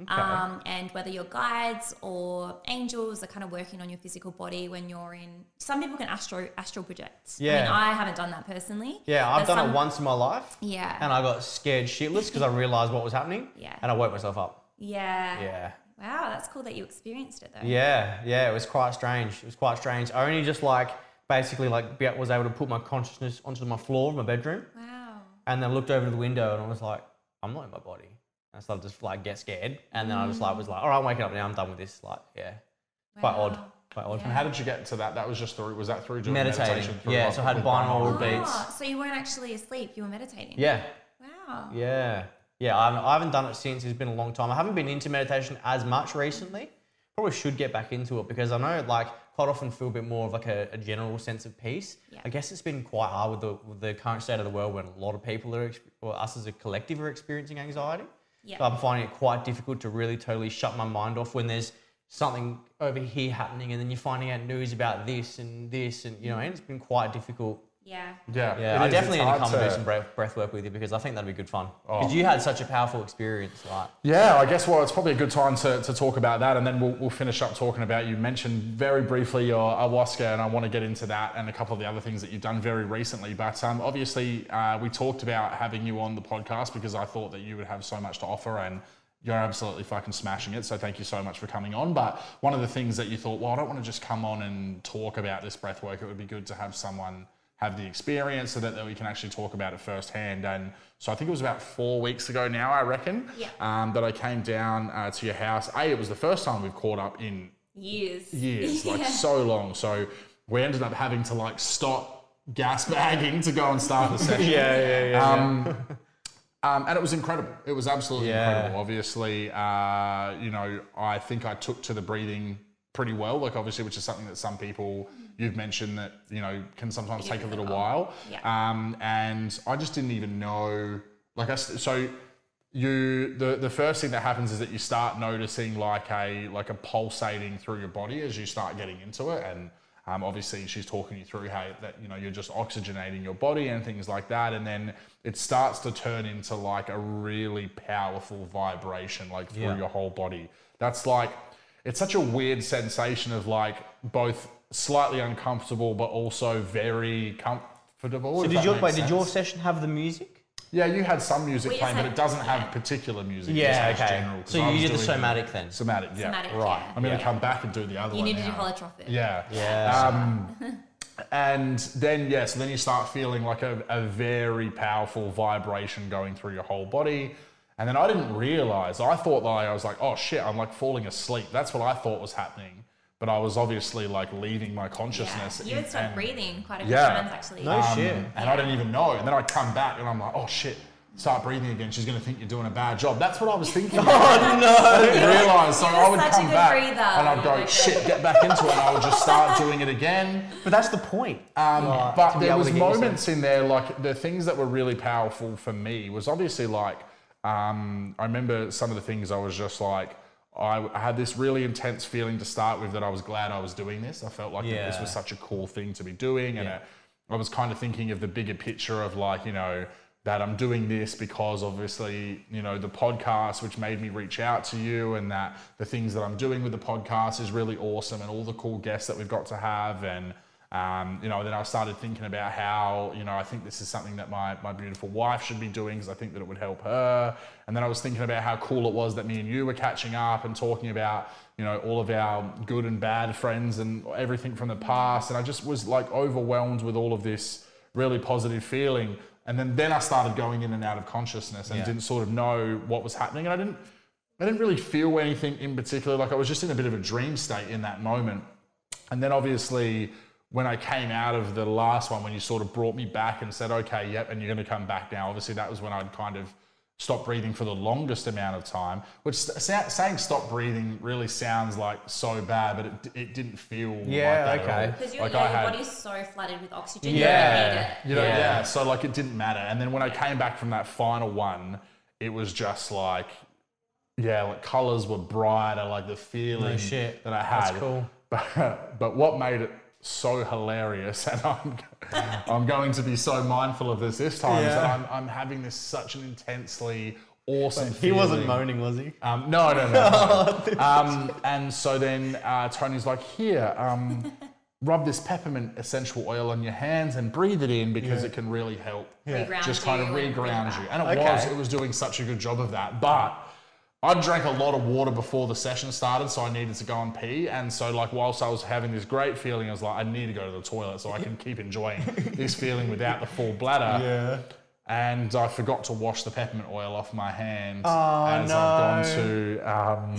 C: Um, and whether your guides or angels are kind of working on your physical body when you're in. Some people can astro astral project. I mean,
A: Yeah.
C: I haven't done that personally.
A: Yeah, I've
C: but
A: done
C: some-
A: it once in my life.
C: Yeah.
A: And I got scared shitless because I realized what was happening.
C: (laughs) Yeah. Ah,
A: And I woke myself up.
C: yeah.
A: Yeah.
C: Wow, that's cool that you experienced it though.
A: Yeah, yeah, it was quite strange. It was quite strange. I only just like basically like be- was able to put my consciousness onto my floor of my bedroom,
C: Wow.
A: and then looked over to the window and I was like, I'm not in my body. And so I just like get scared, and then I just
C: Mm.
A: like was like, all right, I'm waking up now. I'm done with this. Like, yeah, quite odd,
C: Wow.
A: quite odd.
B: And how did you get to that? That was just through. Was that through doing
A: Meditating.
B: meditation? Through
A: Yeah, so I had
B: with
A: binaural
B: binaural
A: beat. beats.
C: Ah, so you weren't actually asleep, you were meditating.
A: Yeah,
C: Wow.
A: yeah, yeah. I haven't, I haven't done it since. It's been a long time. I haven't been into meditation as much recently. Probably should get back into it because I know like quite often feel a bit more of like a, a general sense of peace.
C: Yeah.
A: I guess it's been quite hard with the, with the current state of the world when a lot of people are, exp- or us as a collective are experiencing anxiety.
C: Yeah.
A: So I'm finding it quite difficult to really totally shut my mind off when there's something over here happening and then you're finding out news about this and this and you know, and it's been quite difficult.
C: Yeah.
B: Yeah,
A: Yeah,
B: it
A: I
B: is.
A: definitely
B: It's
A: need to
B: hard
A: come and do some breath, breath work with you because I think that'd be good fun. Because
B: Oh.
A: you had such a powerful experience, like
B: Yeah, I guess well, it's probably a good time to, to talk about that, and then we'll, we'll finish up talking about. You mentioned very briefly your ayahuasca, and I want to get into that and a couple of the other things that you've done very recently. But um, obviously, uh, we talked about having you on the podcast because I thought that you would have so much to offer, and you're absolutely fucking smashing it. So thank you so much for coming on. But one of the things that you thought, well, I don't want to just come on and talk about this breath work. It would be good to have someone have the experience so that, that we can actually talk about it firsthand. And so I think it was about four weeks ago now, I reckon,
C: Yeah.
B: um, that I came down uh, to your house. A, it was the first time we've caught up in
C: Years. (laughs)
B: years, like
C: Yeah.
B: so long. So we ended up having to like stop gas bagging to go and start the session.
A: yeah, yeah.
B: Um, and it was incredible. It was absolutely
A: Yeah.
B: incredible. Obviously, uh, you know, I think I took to the breathing pretty well. Like, obviously, which is something that some people you've mentioned that you know can sometimes take a little while.
C: Yeah.
B: Um, and I just didn't even know. Like, I s- so you the the first thing that happens is that you start noticing like a like a pulsating through your body as you start getting into it and Um, obviously, she's talking you through how that you know you're just oxygenating your body and things like that, and then it starts to turn into like a really powerful vibration, like through
A: Yeah.
B: your whole body. That's like it's such a weird sensation of like both slightly uncomfortable but also very comfortable.
A: So did your wait, did your session have the music?
B: yeah, you had some music
C: We just
B: playing, but
C: had-
B: it doesn't have
C: yeah.
B: particular music. it
A: Yeah,
B: just has
A: okay.
B: general, 'cause
A: So
B: I
A: you
B: was
A: did the
B: doing
A: somatic then?
B: Somatic, yeah.
C: Somatic,
A: Right.
C: yeah.
B: I'm going to
A: Yeah.
B: come back and do the other
C: You
B: one.
C: need to do
B: now.
C: holotrophic.
B: Yeah.
A: Yeah.
B: Um, and then, yes, then you start feeling like a, a very powerful vibration going through your whole body. And then I didn't realize, I thought that I was like, oh shit, I'm like falling asleep. That's what I thought was happening. But I was obviously like leaving my
C: Yeah.
B: consciousness.
C: You had
B: in-
C: stopped
B: and-
C: breathing quite a few
B: Yeah.
C: times actually.
A: No
B: um,
A: shit.
B: And I didn't even know. And then I come back and I'm like, oh shit, start breathing again. She's going to think you're doing a bad job. That's what I was
C: (laughs)
B: thinking.
A: Oh no.
B: I didn't realize. So
C: You're
B: I would
C: such a
B: come
C: good
B: back
C: breather.
B: and I'd
C: You're
B: go,
C: like-
B: shit, get back into it. And I would just start doing it again.
A: But that's the point. Uh,
B: Um,
A: Yeah, to
B: but
A: be
B: there
A: able
B: was
A: to get yourself-
B: moments in there, like the things that were really powerful for me was obviously like um, I remember some of the things I was just like I I had this really intense feeling to start with that I was glad I was doing this. I felt like that this
A: Yeah.
B: was such a cool thing to be doing, and
A: Yeah.
B: uh I was kind of thinking of the bigger picture of like you know that I'm doing this because obviously you know the podcast which made me reach out to you and that the things that I'm doing with the podcast is really awesome and all the cool guests that we've got to have and um, you know then I started thinking about how you know I think this is something that my my beautiful wife should be doing because I think that it would help her and then I was thinking about how cool it was that me and you were catching up and talking about you know all of our good and bad friends and everything from the past and I just was like overwhelmed with all of this really positive feeling. And then, then I started going in and out of consciousness and
A: Yeah.
B: didn't sort of know what was happening. And I didn't, I didn't really feel anything in particular. Like I was just in a bit of a dream state in that moment. And then obviously when I came out of the last one, when you sort of brought me back and said, okay, yep, and you're going to come back now. Obviously that was when I'd kind of stopped breathing for the longest amount of time, which sa- saying stop breathing really sounds like so bad, but it, it didn't feel
A: Yeah,
B: like that at
A: okay.
B: all.
C: Because your,
B: Like,
C: yeah,
B: I
C: your
B: had-
C: body's so flooded with oxygen. You don't need
A: Yeah.
C: it.
B: you know, yeah.
A: Yeah.
B: So like it didn't matter. And then when I came back from that final one, it was just like, yeah, like colors were brighter, like the feeling
A: shit.
B: that I had.
A: That's cool.
B: (laughs) But, but what made it so hilarious, (laughs) and I'm, I'm going to be so mindful of this this time, is that
A: Yeah.
B: I'm, I'm having this such an intensely awesome
A: He wasn't
B: feeling.
A: moaning, was he?
B: Um, no, no, no.
A: (laughs)
B: no. um, and so then uh, Tony's like, here, um, rub this peppermint essential oil on your hands and breathe it in because it can really help.
C: Reground
B: Just kind of
C: you
B: reground
C: and bring
B: you.
C: it
B: And it
A: Okay.
B: was, it was doing such a good job of that. But I drank a lot of water before the session started, so I needed to go and pee. And so, like, whilst I was having this great feeling, I was like, I need to go to the toilet so I can keep enjoying this feeling without the full
A: (laughs)
B: bladder
A: Yeah.
B: and I forgot to wash the peppermint oil off my hand
A: Oh,
B: as I've gone to um,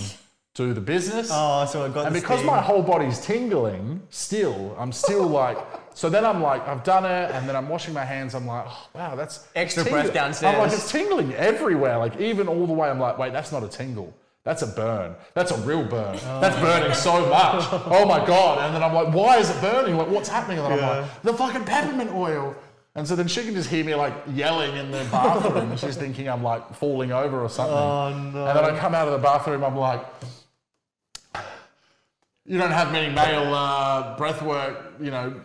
B: do the business.
A: Oh, so I got.
B: and
A: this
B: because
A: thing.
B: my whole body's tingling, still,
A: (laughs)
B: I'm still like. So then I'm like, I've done it, and then I'm washing my hands. I'm like, oh, wow, that's
A: Extra
B: tingling.
A: breath
B: I'm like,
A: downstairs.
B: it's tingling everywhere, like even all the way. I'm like, wait, that's not a tingle. That's a burn. That's a real burn.
A: Oh.
B: That's burning
A: (laughs)
B: so much. Oh my god! And then I'm like, why is it burning? Like, what's happening? And then I'm like, the fucking peppermint oil. And so then she can just hear me like yelling in the bathroom.
A: (laughs)
B: She's thinking I'm like falling over or something.
A: Oh, no.
B: And then I come out of the bathroom. I'm like, you don't have many male uh, breath work, you know,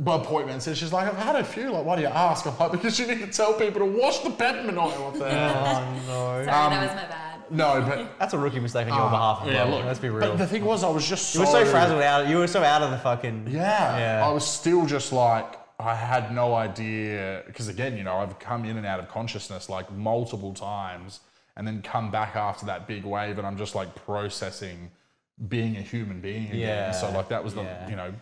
B: by appointments. And she's like, I've had a few. Like, why do you ask? I'm like, because you need to tell people to wash the peppermint oil off their hands."
A: Oh no.
C: Sorry, that
B: Um,
C: was my bad.
B: No, but
A: That's a rookie mistake on your behalf. As
B: Ah, yeah,
A: well.
B: look.
A: Let's be
B: But
A: real.
B: the thing was, I was just so,
A: you were so frazzled out. You were so out of the fucking.
B: Yeah,
A: Yeah.
B: I was still just like, I had no idea because again, you know, I've come in and out of consciousness like multiple times, and then come back after that big wave, and I'm just like processing being a human being again.
A: Yeah,
B: So like that was the
A: yeah.
B: you know.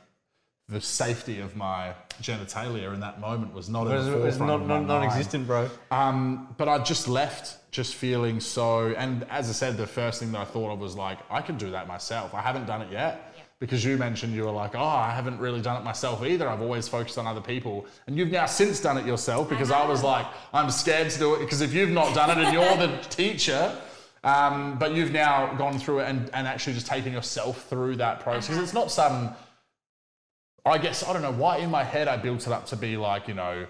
B: The safety of my genitalia in that moment was not in
A: It was,
B: the
A: it was
B: forefront
A: non,
B: of my
A: non,
B: mind.
A: non-existent, bro.
B: Um, but I just left just feeling so. And as I said, the first thing that I thought of was like, I can do that myself. I haven't done it yet. Because you mentioned you were like, oh, I haven't really done it myself either. I've always focused on other people. And you've now since done it yourself because I, was like, I'm scared to do it because if you've not done it and you're the teacher, um, but you've now gone through it and, and actually just taken yourself through that process. 'Cause It's not some I guess I don't know why in my head I built it up to be like, you know,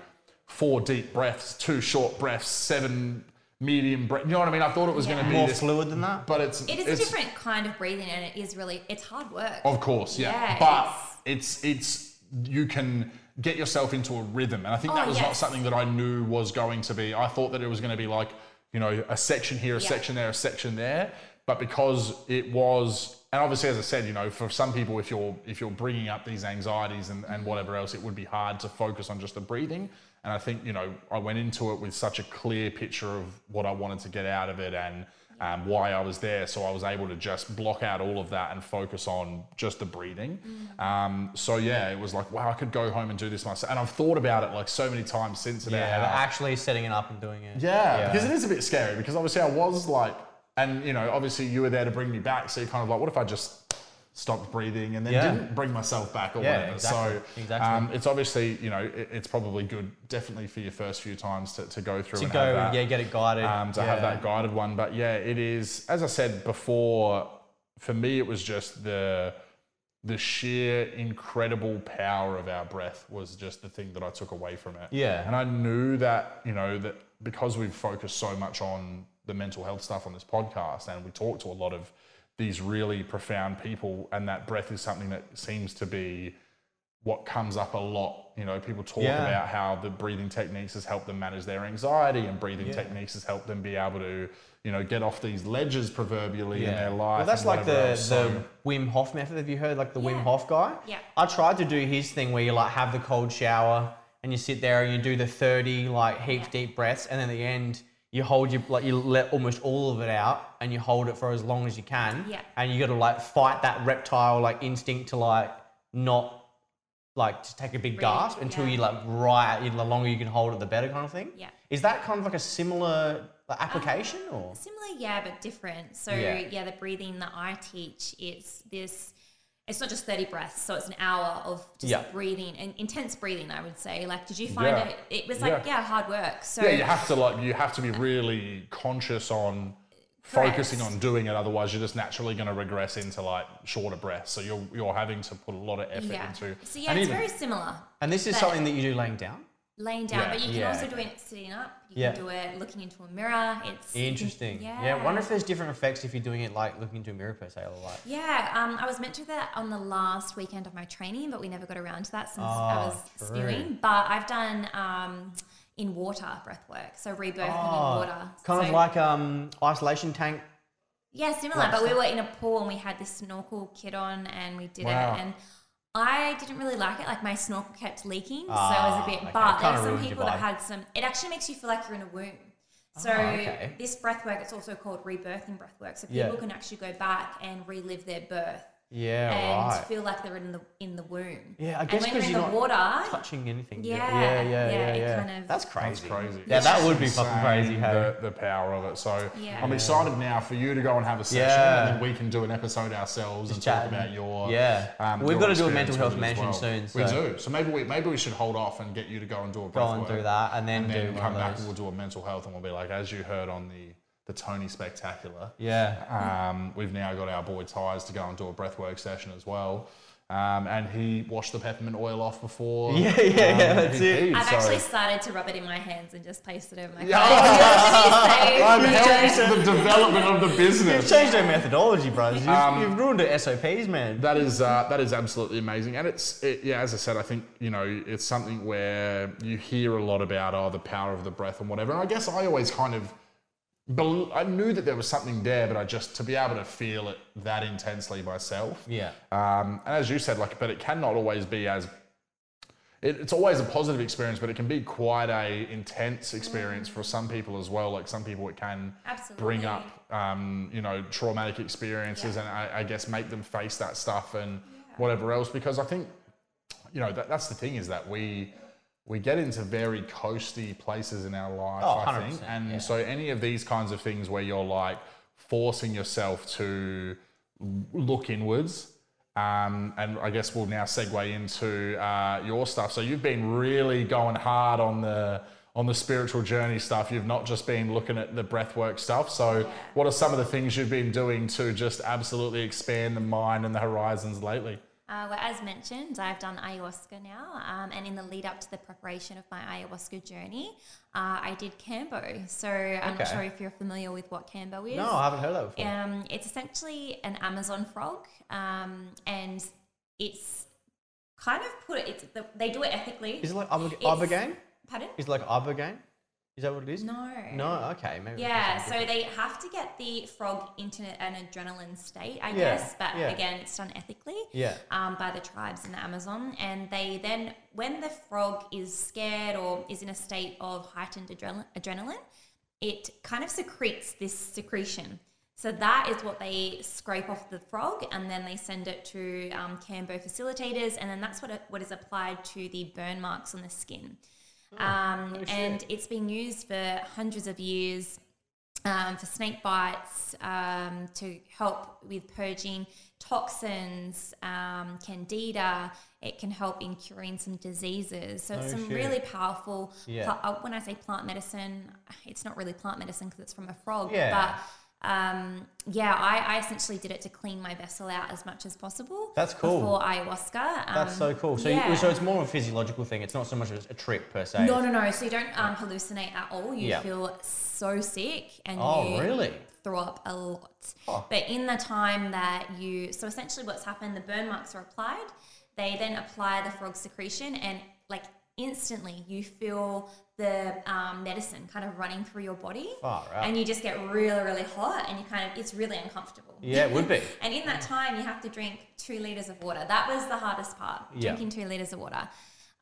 B: four deep breaths, two short breaths, seven medium breaths. You know what I mean? I thought it was going to be
A: More
B: this,
A: fluid than that.
B: but it's
C: It is
B: it's-
C: a different kind of breathing, and it is really it's hard work.
B: Of course, yeah.
C: Yeah,
B: but
C: it's-
B: It's it's you can get yourself into a rhythm, and I think
C: Oh,
B: that was not
C: yes.
B: something that I knew was going to be. I thought that it was going to be like you know a section here, a
C: Yeah.
B: section there, a section there, but because it was. And obviously, as I said, you know, for some people, if you're if you're bringing up these anxieties and, and whatever else, it would be hard to focus on just the breathing. And I think you know, I went into it with such a clear picture of what I wanted to get out of it and um, why I was there. So I was able to just block out all of that and focus on just the breathing. Um, so yeah, it was like, wow, I could go home and do this myself. And I've thought about it like so many times since about
A: Yeah, but
B: how-
A: actually setting it up and doing it.
B: yeah, because it is a bit scary because obviously I was like, and you know, obviously you were there to bring me back. So you're kind of like, what if I just stopped breathing and then
A: Yeah.
B: didn't bring myself back or
A: Yeah,
B: whatever? So
A: exactly, exactly.
B: Um, it's obviously, you know, it, it's probably good definitely for your first few times to, to go through
A: to
B: and
A: go,
B: have that
A: yeah, get it guided.
B: um, to
A: yeah.
B: have that guided one. But yeah, it is. As I said before, for me, it was just the the sheer incredible power of our breath was just the thing that I took away from it.
A: Yeah.
B: and I knew that you know that because we've focused so much on the mental health stuff on this podcast, and we talk to a lot of these really profound people, and that breath is something that seems to be what comes up a lot. You know, people talk
A: Yeah.
B: about how the breathing techniques has helped them manage their anxiety, and breathing techniques has helped them be able to, you know, get off these ledges proverbially in their life.
A: Well, that's
B: and
A: like
B: whatever
A: the,
B: else. So-
A: the Wim Hof method. Have you heard like the Wim
C: Yeah.
A: Hof guy?
C: Yeah.
A: I tried to do his thing where you like have the cold shower and you sit there and you do the 30 like heaps deep breaths and then at the end you hold your like you let almost all of it out and you hold it for as long as you can.
C: Yeah.
A: And you gotta like fight that reptile like instinct to like not like to take a big gasp until
C: yeah.
A: you like right you- the longer you can hold it the better kind of thing.
C: Yeah.
A: Is that kind of like a similar like, application or
C: Similar, yeah, but different. So
A: Yeah.
C: yeah. the breathing that I teach, it's this. It's not just thirty breaths, so it's an hour of just
A: Yeah.
C: breathing and intense breathing. I would say, like, did you find
B: Yeah.
C: it? It was like,
B: Yeah.
C: yeah, hard work. So
B: yeah, you have to like you have to be really conscious on focusing
C: Correct.
B: on doing it. Otherwise, you're just naturally going to regress into like shorter breaths. So you're you're having to put a lot of effort
C: yeah.
B: into.
C: So yeah,
B: and
C: it's
B: even-
C: very similar.
A: and this is
C: But-
A: something that you do laying down?
C: Laying down,
B: Yeah.
C: but you can
A: Yeah,
C: also
A: okay.
C: do it sitting up. You
A: Yeah.
C: can do it looking into a mirror. It's you can-
A: Interesting. Yeah. I wonder if there's different effects if you're doing it like looking into a mirror per se or like.
C: Yeah, um, I was meant to do that on the last weekend of my training, but we never got around to that since I
A: Ah,
C: was
A: true.
C: spewing. But I've done um, in water breath work, so rebirthing in water.
A: Oh, Kind of
C: So-
A: like um isolation tank.
C: yeah, similar. But we were in a pool and we had this snorkel kit on, and we did
B: Wow.
C: it. And I didn't really like it. Like my snorkel kept leaking,
A: Ah,
C: so it was a bit.
A: okay.
C: But there
A: Kinda
C: were some
A: ruined your
C: people that
A: vibe. Ah,
C: had some. It actually makes you feel like you're in a womb. So
A: okay.
C: this breath work, it's also called rebirthing breath work. So
A: Yeah.
C: people can actually go back and relive their birth
A: Yeah,
C: and
A: Oh, right.
C: feel like they're in the in the womb.
A: Yeah, I
C: And
A: guess
C: when you're
A: 'cause
C: in
A: you're
C: the
A: not
C: water,
A: Touching anything.
C: Yeah,
A: Yeah, yeah, yeah.
C: yeah,
A: yeah,
C: it kind of-
A: That's crazy.
B: That's crazy.
A: Yeah, that
B: It's
A: would be
B: insane,
A: fucking crazy. Hey.
B: The, the power of it. So
C: Yeah.
B: I'm
C: Yeah.
B: excited now for you to go and have a session,
A: Yeah.
B: and then we can do an episode ourselves and
A: chat
B: talk about
A: and-
B: your um,
A: yeah. We've
B: your
A: gotta do a
B: experience
A: mental health
B: with it as
A: management soon,
B: We
A: so-
B: do. So maybe we maybe we should hold off and get you to go and do
A: Go
B: a breath
A: and
B: work,
A: do that and then,
B: and then
A: do
B: come
A: one
B: back
A: of
B: and
A: those.
B: we'll do a mental health, and we'll be like, as you heard on the the Tony Spectacular.
A: Yeah.
B: (laughs) Um, we've now got our boy Tyres to go and do a breathwork session as well. Um, and he washed the peppermint oil off before.
A: (laughs) Yeah, yeah,
B: um,
A: yeah, that's
B: he
A: it.
B: peed,
C: I've
B: so-
C: actually started to rub it in my hands and just placed (laughs) it over my.
B: Yeah.
A: (laughs)
C: face.
B: I'm helping the development of the
A: You've
B: business.
A: changed our methodology, bros. You've, you've ruined our SOPs, man.
B: Um, That is uh, that is absolutely amazing, and it's it, yeah. As I said, I think you know it's something where you hear a lot about oh the power of the breath and whatever. And I guess I always kind of bel I knew that there was something there, but I just to be able to feel it that intensely myself.
A: Yeah.
B: Um, and as you said, like, but it cannot always be as. It, it's always a positive experience, but it can be quite a intense experience for some people as well. Like some people, it can bring
C: Absolutely.
B: up, um, you know, traumatic experiences, and I, I guess make them face that stuff and whatever else. Because I think, you know, that, that's the thing is that we we get into very coasty places in our life.
A: Oh,
B: I think,
A: 100%,
B: and
A: yeah.
B: so any of these kinds of things where you're like forcing yourself to look inwards. Um, and I guess we'll now segue into uh, your stuff. So you've been really going hard on the on the spiritual journey stuff. You've not just been looking at the breathwork stuff. So what are some of the things you've been doing to just absolutely expand the mind and the horizons lately?
C: Uh, well, as mentioned, I've done ayahuasca now, um, and in the lead up to the preparation of my ayahuasca journey, uh, I did Cambo. So I'm not
A: Okay.
C: sure if you're familiar with what Cambo is.
A: No, I haven't heard that before.
C: Um, it's essentially an Amazon frog, um, and it's kind of put it. It's, the, they do it ethically.
A: Is it like Iber-
C: It's-
A: Ibogaine?
C: Pardon?
A: Is it like Ibogaine? Is that what it is?
C: No.
A: No. Okay. Maybe.
C: Yeah,
A: that's
C: so they have to get the frog into an adrenaline state, I
A: Yeah,
C: guess. But
A: yeah.
C: again, it's done ethically
A: Yeah.
C: um, by the tribes in the Amazon. And they then, when the frog is scared or is in a state of heightened adrenal- adrenaline, it kind of secretes this secretion. So that is what they scrape off the frog, and then they send it to um, Cambo facilitators, and then that's what it, what is applied to the burn marks on the skin. Um,
A: Oh,
C: and it's been used for hundreds of years um, for snake bites um, to help with purging toxins, um, candida. It can help in curing some diseases. So it's
A: Oh,
C: some
A: shit.
C: really powerful.
A: Yeah.
C: pla- uh, when I say plant medicine, it's not really plant medicine because it's from a frog.
A: Yeah.
C: But um, yeah, I, I essentially did it to clean my vessel out as much as possible.
A: That's cool.
C: Before ayahuasca. Um,
A: That's so cool. So, you-
C: yeah.
A: so it's more of a physiological thing. It's not so much as a trip per se.
C: No, no, no. So you don't um, hallucinate at all. You
A: Yeah.
C: feel so sick and
A: Oh,
C: you
A: really?
C: throw up a lot.
A: Oh.
C: But in the time that you, so essentially what's happened, the burn marks are applied. They then apply the frog secretion and like instantly you feel the um, medicine kind of running through your body.
A: Far out.
C: And you just get really, really hot and you kind of, it's really uncomfortable.
A: Yeah, it would be.
C: And in that time, you have to drink two liters of water. That was the hardest part,
A: Yeah.
C: drinking two liters of water.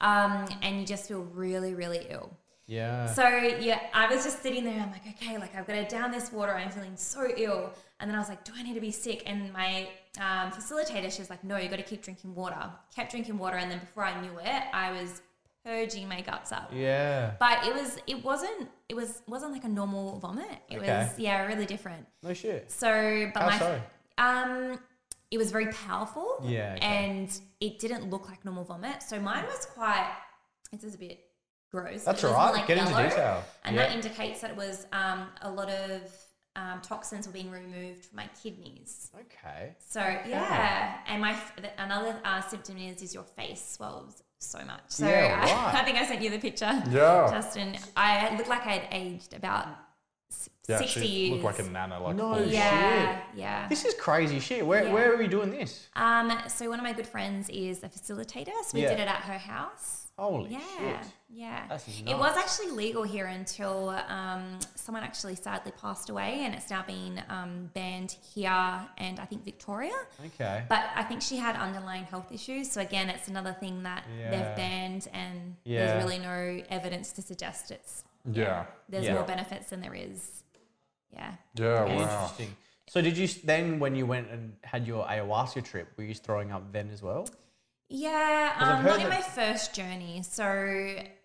C: Um, and you just feel really, really ill.
A: Yeah.
C: So yeah, I was just sitting there. I'm like, okay, like I've got to down this water. I'm feeling so ill. And then I was like, do I need to be sick? And my um, facilitator, she was like, no, you got to keep drinking water. Kept drinking water, and then before I knew it, I was purging my guts up.
A: yeah.
C: But it was, it wasn't, it was wasn't like a normal vomit. It
A: Okay.
C: was yeah, really different.
A: No shit.
C: So, but
A: How
C: my
A: so?
C: um, it was very powerful.
A: Yeah, okay.
C: and it didn't look like normal vomit. So mine was quite. It was a bit gross.
A: That's
C: It was
A: all right.
C: more like
A: Get into
C: yellow,
A: detail.
C: And
A: Yeah.
C: that indicates that it was um, a lot of um, toxins were being removed from my kidneys.
A: Okay.
C: So yeah,
A: Ah.
C: and my f- the- another uh, symptom is is your face swells so much. So
A: Yeah,
C: I, (laughs)
A: right.
C: I think I sent you the picture.
B: Yeah.
C: Justin, I looked like I had aged about s- sixty
B: she
C: years.
B: looked like a nana. Like
A: No
B: full-
A: Oh, shit.
C: yeah, yeah.
A: This is crazy shit. Where
C: Yeah.
A: where are we doing this?
C: Um, so one of my good friends is a facilitator, so we
A: Yeah.
C: did it at her house.
A: Holy
C: Yeah,
A: shit.
C: yeah.
A: That's
C: It was actually legal here until um, someone actually sadly passed away, and it's now been um, banned here and I think Victoria.
A: Okay.
C: But I think she had underlying health issues, so again, it's another thing that
A: Yeah.
C: they've banned, and
A: Yeah.
C: there's really no evidence to suggest it's
B: Yeah.
C: there's
A: Yeah.
C: more benefits than there is. Yeah.
B: Yeah. Wow.
A: Oh, Interesting. So did you s- then when you went and had your ayahuasca trip, were you throwing up then as well?
C: Yeah,
A: 'Cause I've
C: um,
A: heard
C: not in
A: that-
C: my first journey. So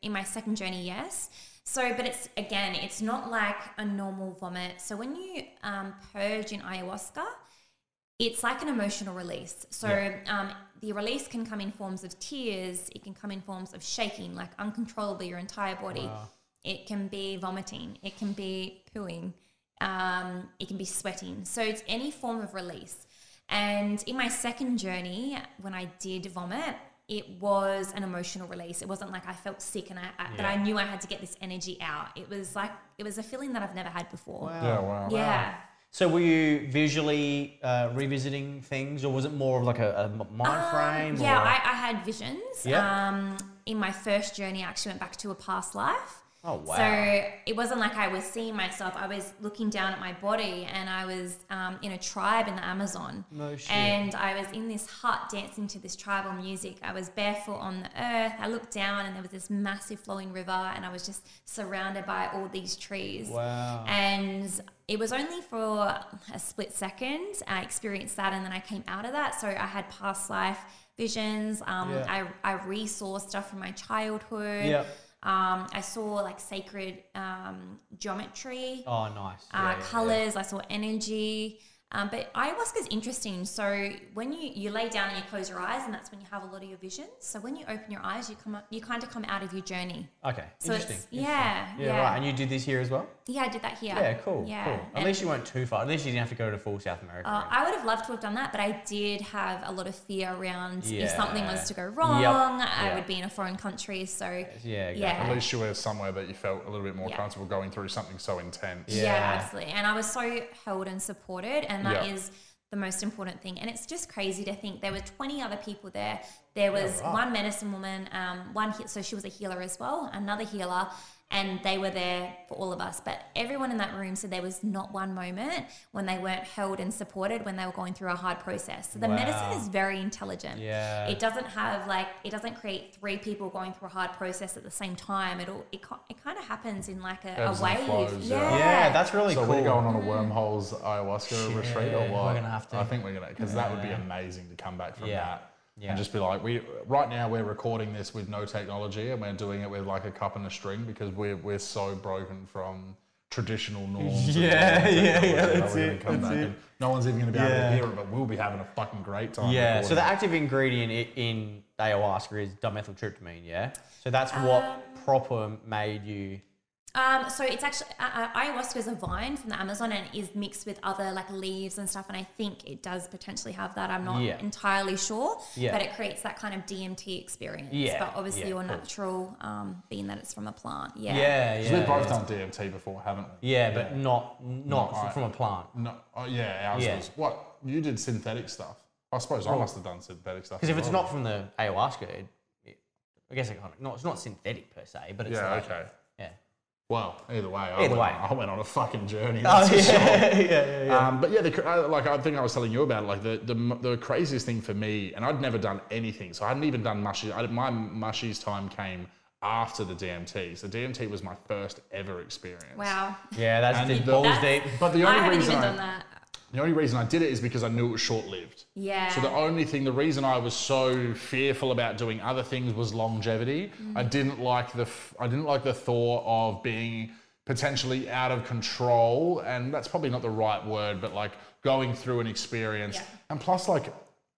C: in my second journey, yes. So, but it's again, it's not like a normal vomit. So when you um, purge in ayahuasca, it's like an emotional release. So um, the release can come in forms of tears. It can come in forms of shaking, like uncontrollably your entire body. It can be vomiting. It can be pooing. Um, it can be sweating. So it's any form of release. And in my second journey, when I did vomit, it was an emotional release. It wasn't like I felt sick and I, I that
A: Yeah.
C: I knew I had to get this energy out. It was like it was a feeling that I've never had before.
B: Yeah. Wow.
C: Yeah.
A: So were you visually uh, revisiting things, or was it more of like a, a m- mind frame?
C: Um, Yeah,
A: or-
C: I, I had visions.
A: Yeah.
C: Um, in my first journey, I actually went back to a past life.
A: Oh, wow.
C: So it wasn't like I was seeing myself. I was looking down at my body, and I was um, in a tribe in the Amazon.
A: No shit.
C: And I was in this hut dancing to this tribal music. I was barefoot on the earth. I looked down, and there was this massive flowing river, and I was just surrounded by all these trees.
A: Wow.
C: And it was only for a split second. I experienced that and then I came out of that. So I had past life visions. Um,
A: Yeah.
C: I, I resaw stuff from my childhood.
A: Yeah.
C: Um, I saw like sacred um, geometry,
A: Oh, nice.
C: uh,
A: Yeah, yeah, yeah.
C: colors, I saw energy. Um, but ayahuasca is interesting. So when you, you lay down and you close your eyes, and that's when you have a lot of your visions. So when you open your eyes, you come up, you kind of come out of your journey.
A: Okay.
C: So
A: interesting.
C: it's yeah,
A: Yeah, right. And you did this here as well?
C: Yeah, I did that here.
A: Yeah, cool.
C: Yeah.
A: Cool. At
C: And,
A: least you weren't too far. At least you didn't have to go to full South America.
C: uh, I would have loved to have done that, but I did have a lot of fear around if something
A: Yeah.
C: was to go
A: Yep.
C: wrong, I
A: Yeah.
C: would be in a foreign country. So
A: yeah, exactly.
C: yeah.
B: At least you were somewhere that you felt a little bit more
C: Yeah.
B: comfortable going through something so intense.
C: yeah.
A: Yeah.
C: absolutely. And I was so held and supported, and that is
B: Yeah.
C: the most important thing. And it's just crazy to think there were 20 other people there. There was
A: right.
C: one medicine woman, um, one he- so she was a healer as well, another healer, and they were there for all of us. But everyone in that room said there was not one moment when they weren't held and supported when they were going through a hard process. So the medicine
A: Wow.
C: is very intelligent.
A: Yeah.
C: It doesn't have like it doesn't create three people going through a hard process at the same time. It all it, ki- it kind of happens in like a,
B: Ebbs
C: a
B: and
C: wave.
B: flows, yeah.
C: yeah.
A: Yeah, that's really
B: so
A: cool.
B: we're going on a wormholes ayahuasca
A: Shit,
B: retreat or what?
A: we're gonna have to.
B: I think we're gonna because that would be amazing to come back from
A: Yeah.
B: that
A: Yeah.
B: and just be like, we right now we're recording this with no technology and we're doing it with like a cup and a string because we're we're so broken from
A: (laughs)
B: traditional norms. and
A: Yeah,
B: modern
A: yeah, yeah,
B: technology. How
A: that's
B: we're gonna
A: it,
B: come
A: that's
B: back
A: it.
B: and No one's even gonna be
A: Yeah.
B: able to hear it, but we'll be having a fucking great time.
A: Yeah. So
B: recording
A: the
B: it.
A: active ingredient i- in ayahuasca is dimethyltryptamine. Yeah. So that's what proper made you.
C: Um, so it's actually uh, uh, ayahuasca is a vine from the Amazon and is mixed with other like leaves and stuff. And I think it does potentially have that. I'm not
A: Yeah.
C: entirely sure,
A: Yeah.
C: but it creates that kind of DMT experience.
A: Yeah,
C: But obviously,
A: yeah,
C: your
A: cool.
C: natural, um, being that it's from a plant.
A: Yeah.
C: Yeah.
A: Yeah.
B: So we've both
A: yeah.
B: done DMT before, haven't we?
A: Yeah, but not not
B: Not
A: fr- from a plant.
B: No, oh, yeah, ours
A: Yeah.
B: was. What you did synthetic stuff. I suppose I must have done synthetic stuff.
A: Because if
B: as
A: it's
B: well.
A: not from the ayahuasca, it, it, I guess it kind of, not, it's not synthetic per se, but it's
B: yeah,
A: like,
B: okay.
A: yeah.
B: Well, either way, I
A: Either
B: went,
A: way.
B: I went on a fucking journey.
A: Oh,
B: That's for
A: yeah,
B: sure.
A: yeah, (laughs) yeah, yeah.
B: Um, but yeah, the, cr- uh, like I think I was telling you about, it, like the, the m- the craziest thing for me, and I'd never done anything, so I hadn't even done mushies. I, my mushies time came after the DMT, so DMT was my first ever experience.
C: Wow.
A: Yeah, that's
B: And
A: deep,
B: the-
A: balls
C: That's-
A: deep.
B: But the
C: I
B: only
C: haven't
B: reason
C: even
B: I-
C: done that.
B: The only reason I did it is because I knew it was short lived.
C: Yeah.
B: So the only thing, the reason I was so fearful about doing other things was longevity.
C: Mm.
B: I didn't like the, f- I didn't like the thought of being potentially out of control, and that's probably not the right word, but like going through an experience.
C: Yeah.
B: And plus, like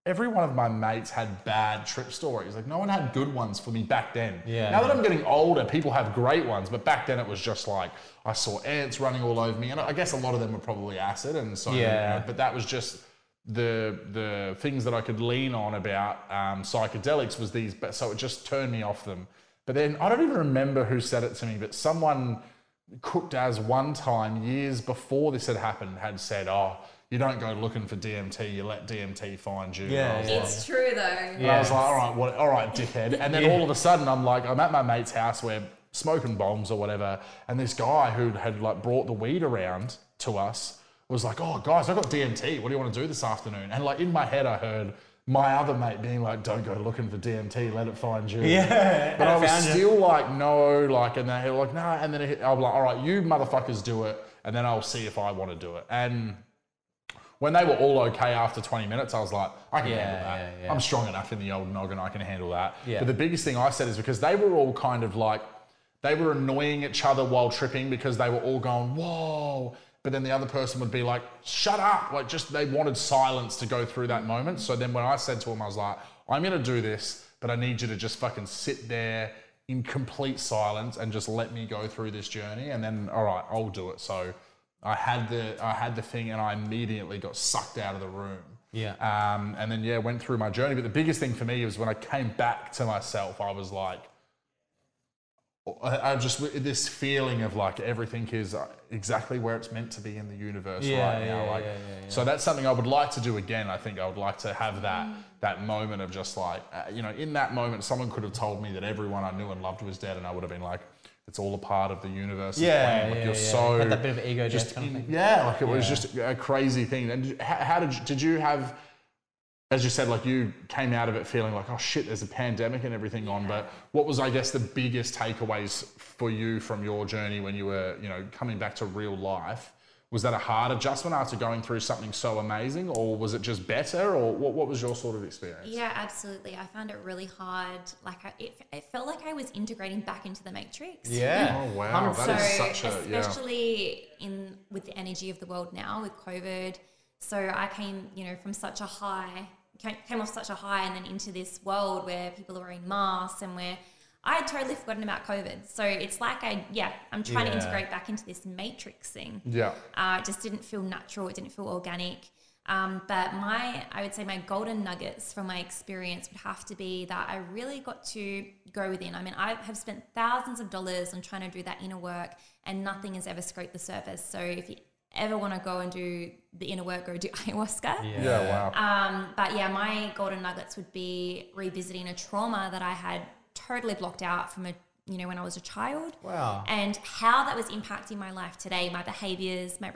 B: every one of my mates had bad trip stories. Like no one had good ones for me back then.
A: Yeah,
B: Now that
A: yeah.
B: I'm getting older, people have great ones, but back then it was just like I saw ants running all over me, and I guess a lot of them were probably acid, and so
A: Yeah.
B: but that was just the the things that I could lean on about um, psychedelics was these, but so it just turned me off them. But then I don't even remember who said it to me, but someone cooked as one time years before this had happened had said, "Oh, you don't go looking for DMT, you let DMT find you." And I
A: Yeah,
B: was
A: yeah.
B: like-
C: it's true though.
B: and I was like, all right, what, all right, dickhead. And then all of a sudden, I'm like, I'm at my mate's house, we're smoking bombs or whatever, and this guy who had like brought the weed around to us was like, oh guys, I got DMT. What do you want to do this afternoon? And like in my head, I heard my other mate being like, don't go looking for DMT, let it find you.
A: Yeah,
B: But I was
A: found you.
B: still like, no, like, and they were like, no, and then it, I'm like, all right, you motherfuckers do it, and then I'll see if I want to do it. And when they were all okay after 20 minutes, I was like, I can
A: Yeah,
B: handle that.
A: yeah, yeah.
B: I'm strong enough in the old noggin, I can handle that.
A: Yeah.
B: But the biggest thing I said is because they were all kind of like, they were annoying each other while tripping because they were all going, whoa. But then the other person would be like, shut up. Like, just they wanted silence to go through that moment. So then when I said to him, I was like, I'm going to do this, but I need you to just fucking sit there in complete silence and just let me go through this journey. And then, all right, I'll do it. So I had the I had the thing and I immediately got sucked out of the room.
A: Yeah.
B: Um, and then yeah, went through my journey. But the biggest thing for me was when I came back to myself, I was like, I, I just this feeling of like everything is exactly where it's meant to be in the universe
A: Yeah,
B: right now.
A: yeah,
B: like,
A: yeah, yeah, yeah.
B: so that's something I would like to do again. I think I would like to have that that moment of just like uh, you know, in that moment, someone could have told me that everyone I knew and loved was dead, and I would have been like, it's all a part of the universe.
A: Yeah, yeah,
B: like,
A: yeah.
B: you're so
A: Had that bit of ego
B: just
A: death kind of
B: in-
A: thing.
B: yeah, like it was
A: Yeah.
B: just a crazy thing. And how, how did you, did you have? As you said, like you came out of it feeling like, oh shit, there's a pandemic and everything on. But what was, I guess, the biggest takeaways for you from your journey when you were, you know, coming back to real life? Was that a hard adjustment after going through something so amazing, or was it just better, or what? What was your sort of experience?
C: Yeah, absolutely. I found it really hard. Like I, it, it felt like I was integrating back into the matrix.
A: Yeah.
B: Oh wow,
A: Hundred
B: that is
C: so
B: such a yeah.
C: especially in with the energy of the world now with COVID. So I came, you know, from such a high, came, came off such a high, and then into this world where people are wearing masks and where I had totally forgotten about COVID. So it's like I, yeah, I'm trying
A: Yeah.
C: to integrate back into this matrix thing.
B: Yeah.
C: Uh, it just didn't feel natural. It didn't feel organic. Um, but my, I would say my golden nuggets from my experience would have to be that I really got to go within. I mean, I have spent thousands of dollars on trying to do that inner work, and nothing has ever scraped the surface. So if you ever want to go and do the inner work, go do (laughs) ayahuasca.
B: Yeah, wow.
C: Um, but yeah, my golden nuggets would be revisiting a trauma that I had totally blocked out from a you know when I was a child.
A: Wow.
C: And how that was impacting my life today, my behaviors, my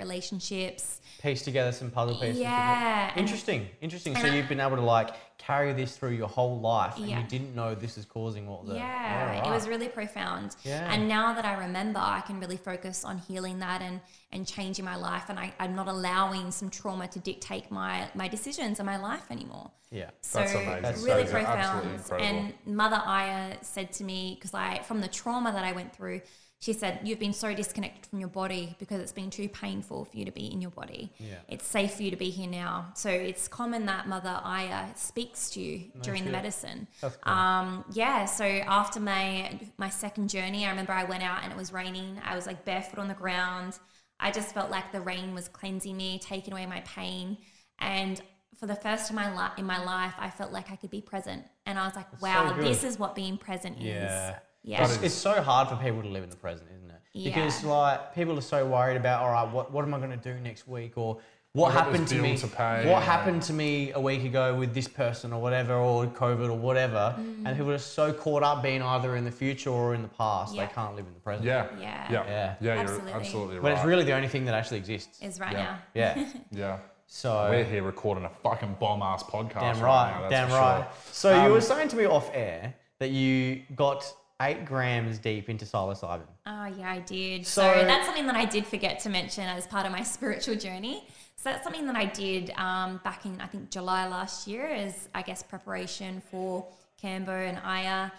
C: relationships.
A: Piece together some puzzle pieces. of it.
C: Yeah, and-
A: Interesting. Interesting.
C: and
A: so
C: I-
A: you've been able to like carry this through your whole life and
C: Yeah.
A: you didn't know this is causing what the
C: yeah, it
A: Alright.
C: was really profound.
A: Yeah.
C: And now that I remember, I can really focus on healing that and and changing my life. And I, I'm not allowing some trauma to dictate my my decisions and my life anymore.
A: Yeah.
C: So
B: That's amazing. That's
C: really
B: so- absolutely
C: profound.
B: incredible.
C: And Mother Aya said to me, because I from the trauma that I went through, she said, You've been so disconnected from your body because it's been too painful for you to be in your body.
A: Yeah.
C: It's safe for you to be here now. So it's common that Mother Aya speaks to you during the
A: shit.
C: medicine.
A: That's cool.
C: Um, yeah, so after my my second journey, I remember I went out and it was raining. I was like barefoot on the ground. I just felt like the rain was cleansing me, taking away my pain, and for the first time in my li- in my life, I felt like I could be present. And I was like, "Wow,
A: good.
C: this is what being present
A: Yeah.
C: is." Yeah,
A: It's, it's so hard for people to live in the present, isn't it? Because
C: Yeah.
A: like people are so worried about, all right, what, what am I going to do next week or what
B: I've got this
A: happened to
B: bill
A: me?
B: to pay,
A: what
B: yeah.
A: happened to me a week ago with this person or whatever, or COVID or whatever?
C: Mm.
A: And people are so caught up being either in the future or in the past,
C: Yeah.
A: they can't live in the present.
B: Yeah.
C: Yeah.
B: Yeah.
A: Yeah.
B: Yeah. You're
C: Absolutely.
B: absolutely, right.
A: But it's really the only thing that actually exists.
C: is right
B: Yeah.
C: now.
A: yeah.
B: yeah.
A: (laughs) So
B: We're here recording a fucking bomb ass podcast.
A: Oh, damn
B: right.
A: right,
B: now, that's
A: damn
B: for
A: right.
B: sure.
A: So
B: Um,
A: you were saying to me off air that you got eight grams deep into psilocybin.
C: Oh yeah, I did. So,
A: So-
C: that's something that I did forget to mention as part of my (laughs) spiritual journey. So that's something that I did um, back in I think July last year, as I guess preparation for Cambo and Aya.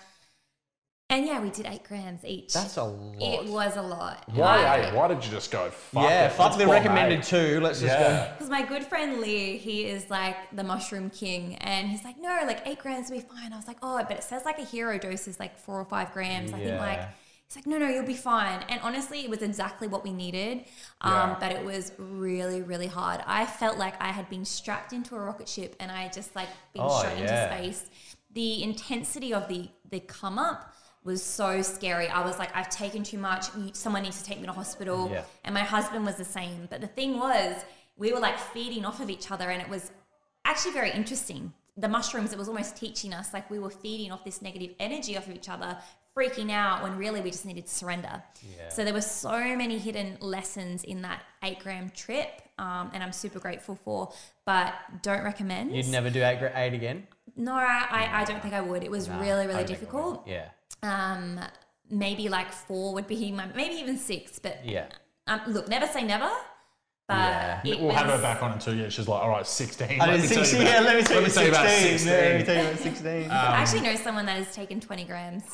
C: And yeah, we did eight grams each.
A: That's a lot.
C: it was a lot.
B: Why, hey, why did you just go fuck
A: yeah,
B: it,
A: fuck
B: let's
A: the
B: bomb
A: recommended
B: eight?
A: two. Let's just go.
B: Yeah.
C: Because my good friend Lee, he is like the mushroom king, and he's like, no, like eight grams will be fine. I was like, oh, but it says like a hero dose is like four or five grams. I think like
A: Yeah.
C: he's like, no, no, you'll be fine. And honestly, it was exactly what we needed, um,
B: Yeah.
C: but it was really, really hard. I felt like I had been strapped into a rocket ship, and I had just like been
A: Oh,
C: shot into
A: yeah.
C: space. The intensity of the the come up was so scary. I was like, I've taken too much. Someone needs to take me to hospital.
A: Yeah.
C: And my husband was the same. But the thing was, we were like feeding off of each other, and it was actually very interesting. The mushrooms, it was almost teaching us like we were feeding off this negative energy off of each other, freaking out when really we just needed to surrender.
A: Yeah.
C: So there were so many hidden lessons in that eight gram trip, um, and I'm super grateful for, but don't recommend.
A: You'd never do eight, gra- eight again.
C: no, I, I, I don't think I would. It was really, really
A: I think I
C: difficult.
A: Yeah,
C: Um, maybe like four would be my, maybe even six, but
A: yeah.
C: um, look, never say never, but
A: Yeah.
C: it
B: We'll have
C: was-
B: her back on in two years. She's like, all right, 16.
A: I
B: let
A: did
B: me tell you
A: 16.
B: about-
A: Yeah, (laughs) let me tell you
B: tell you about
A: 16.
B: 16.
A: Yeah, let me tell you about 16.
C: I actually know someone that has taken 20 grams.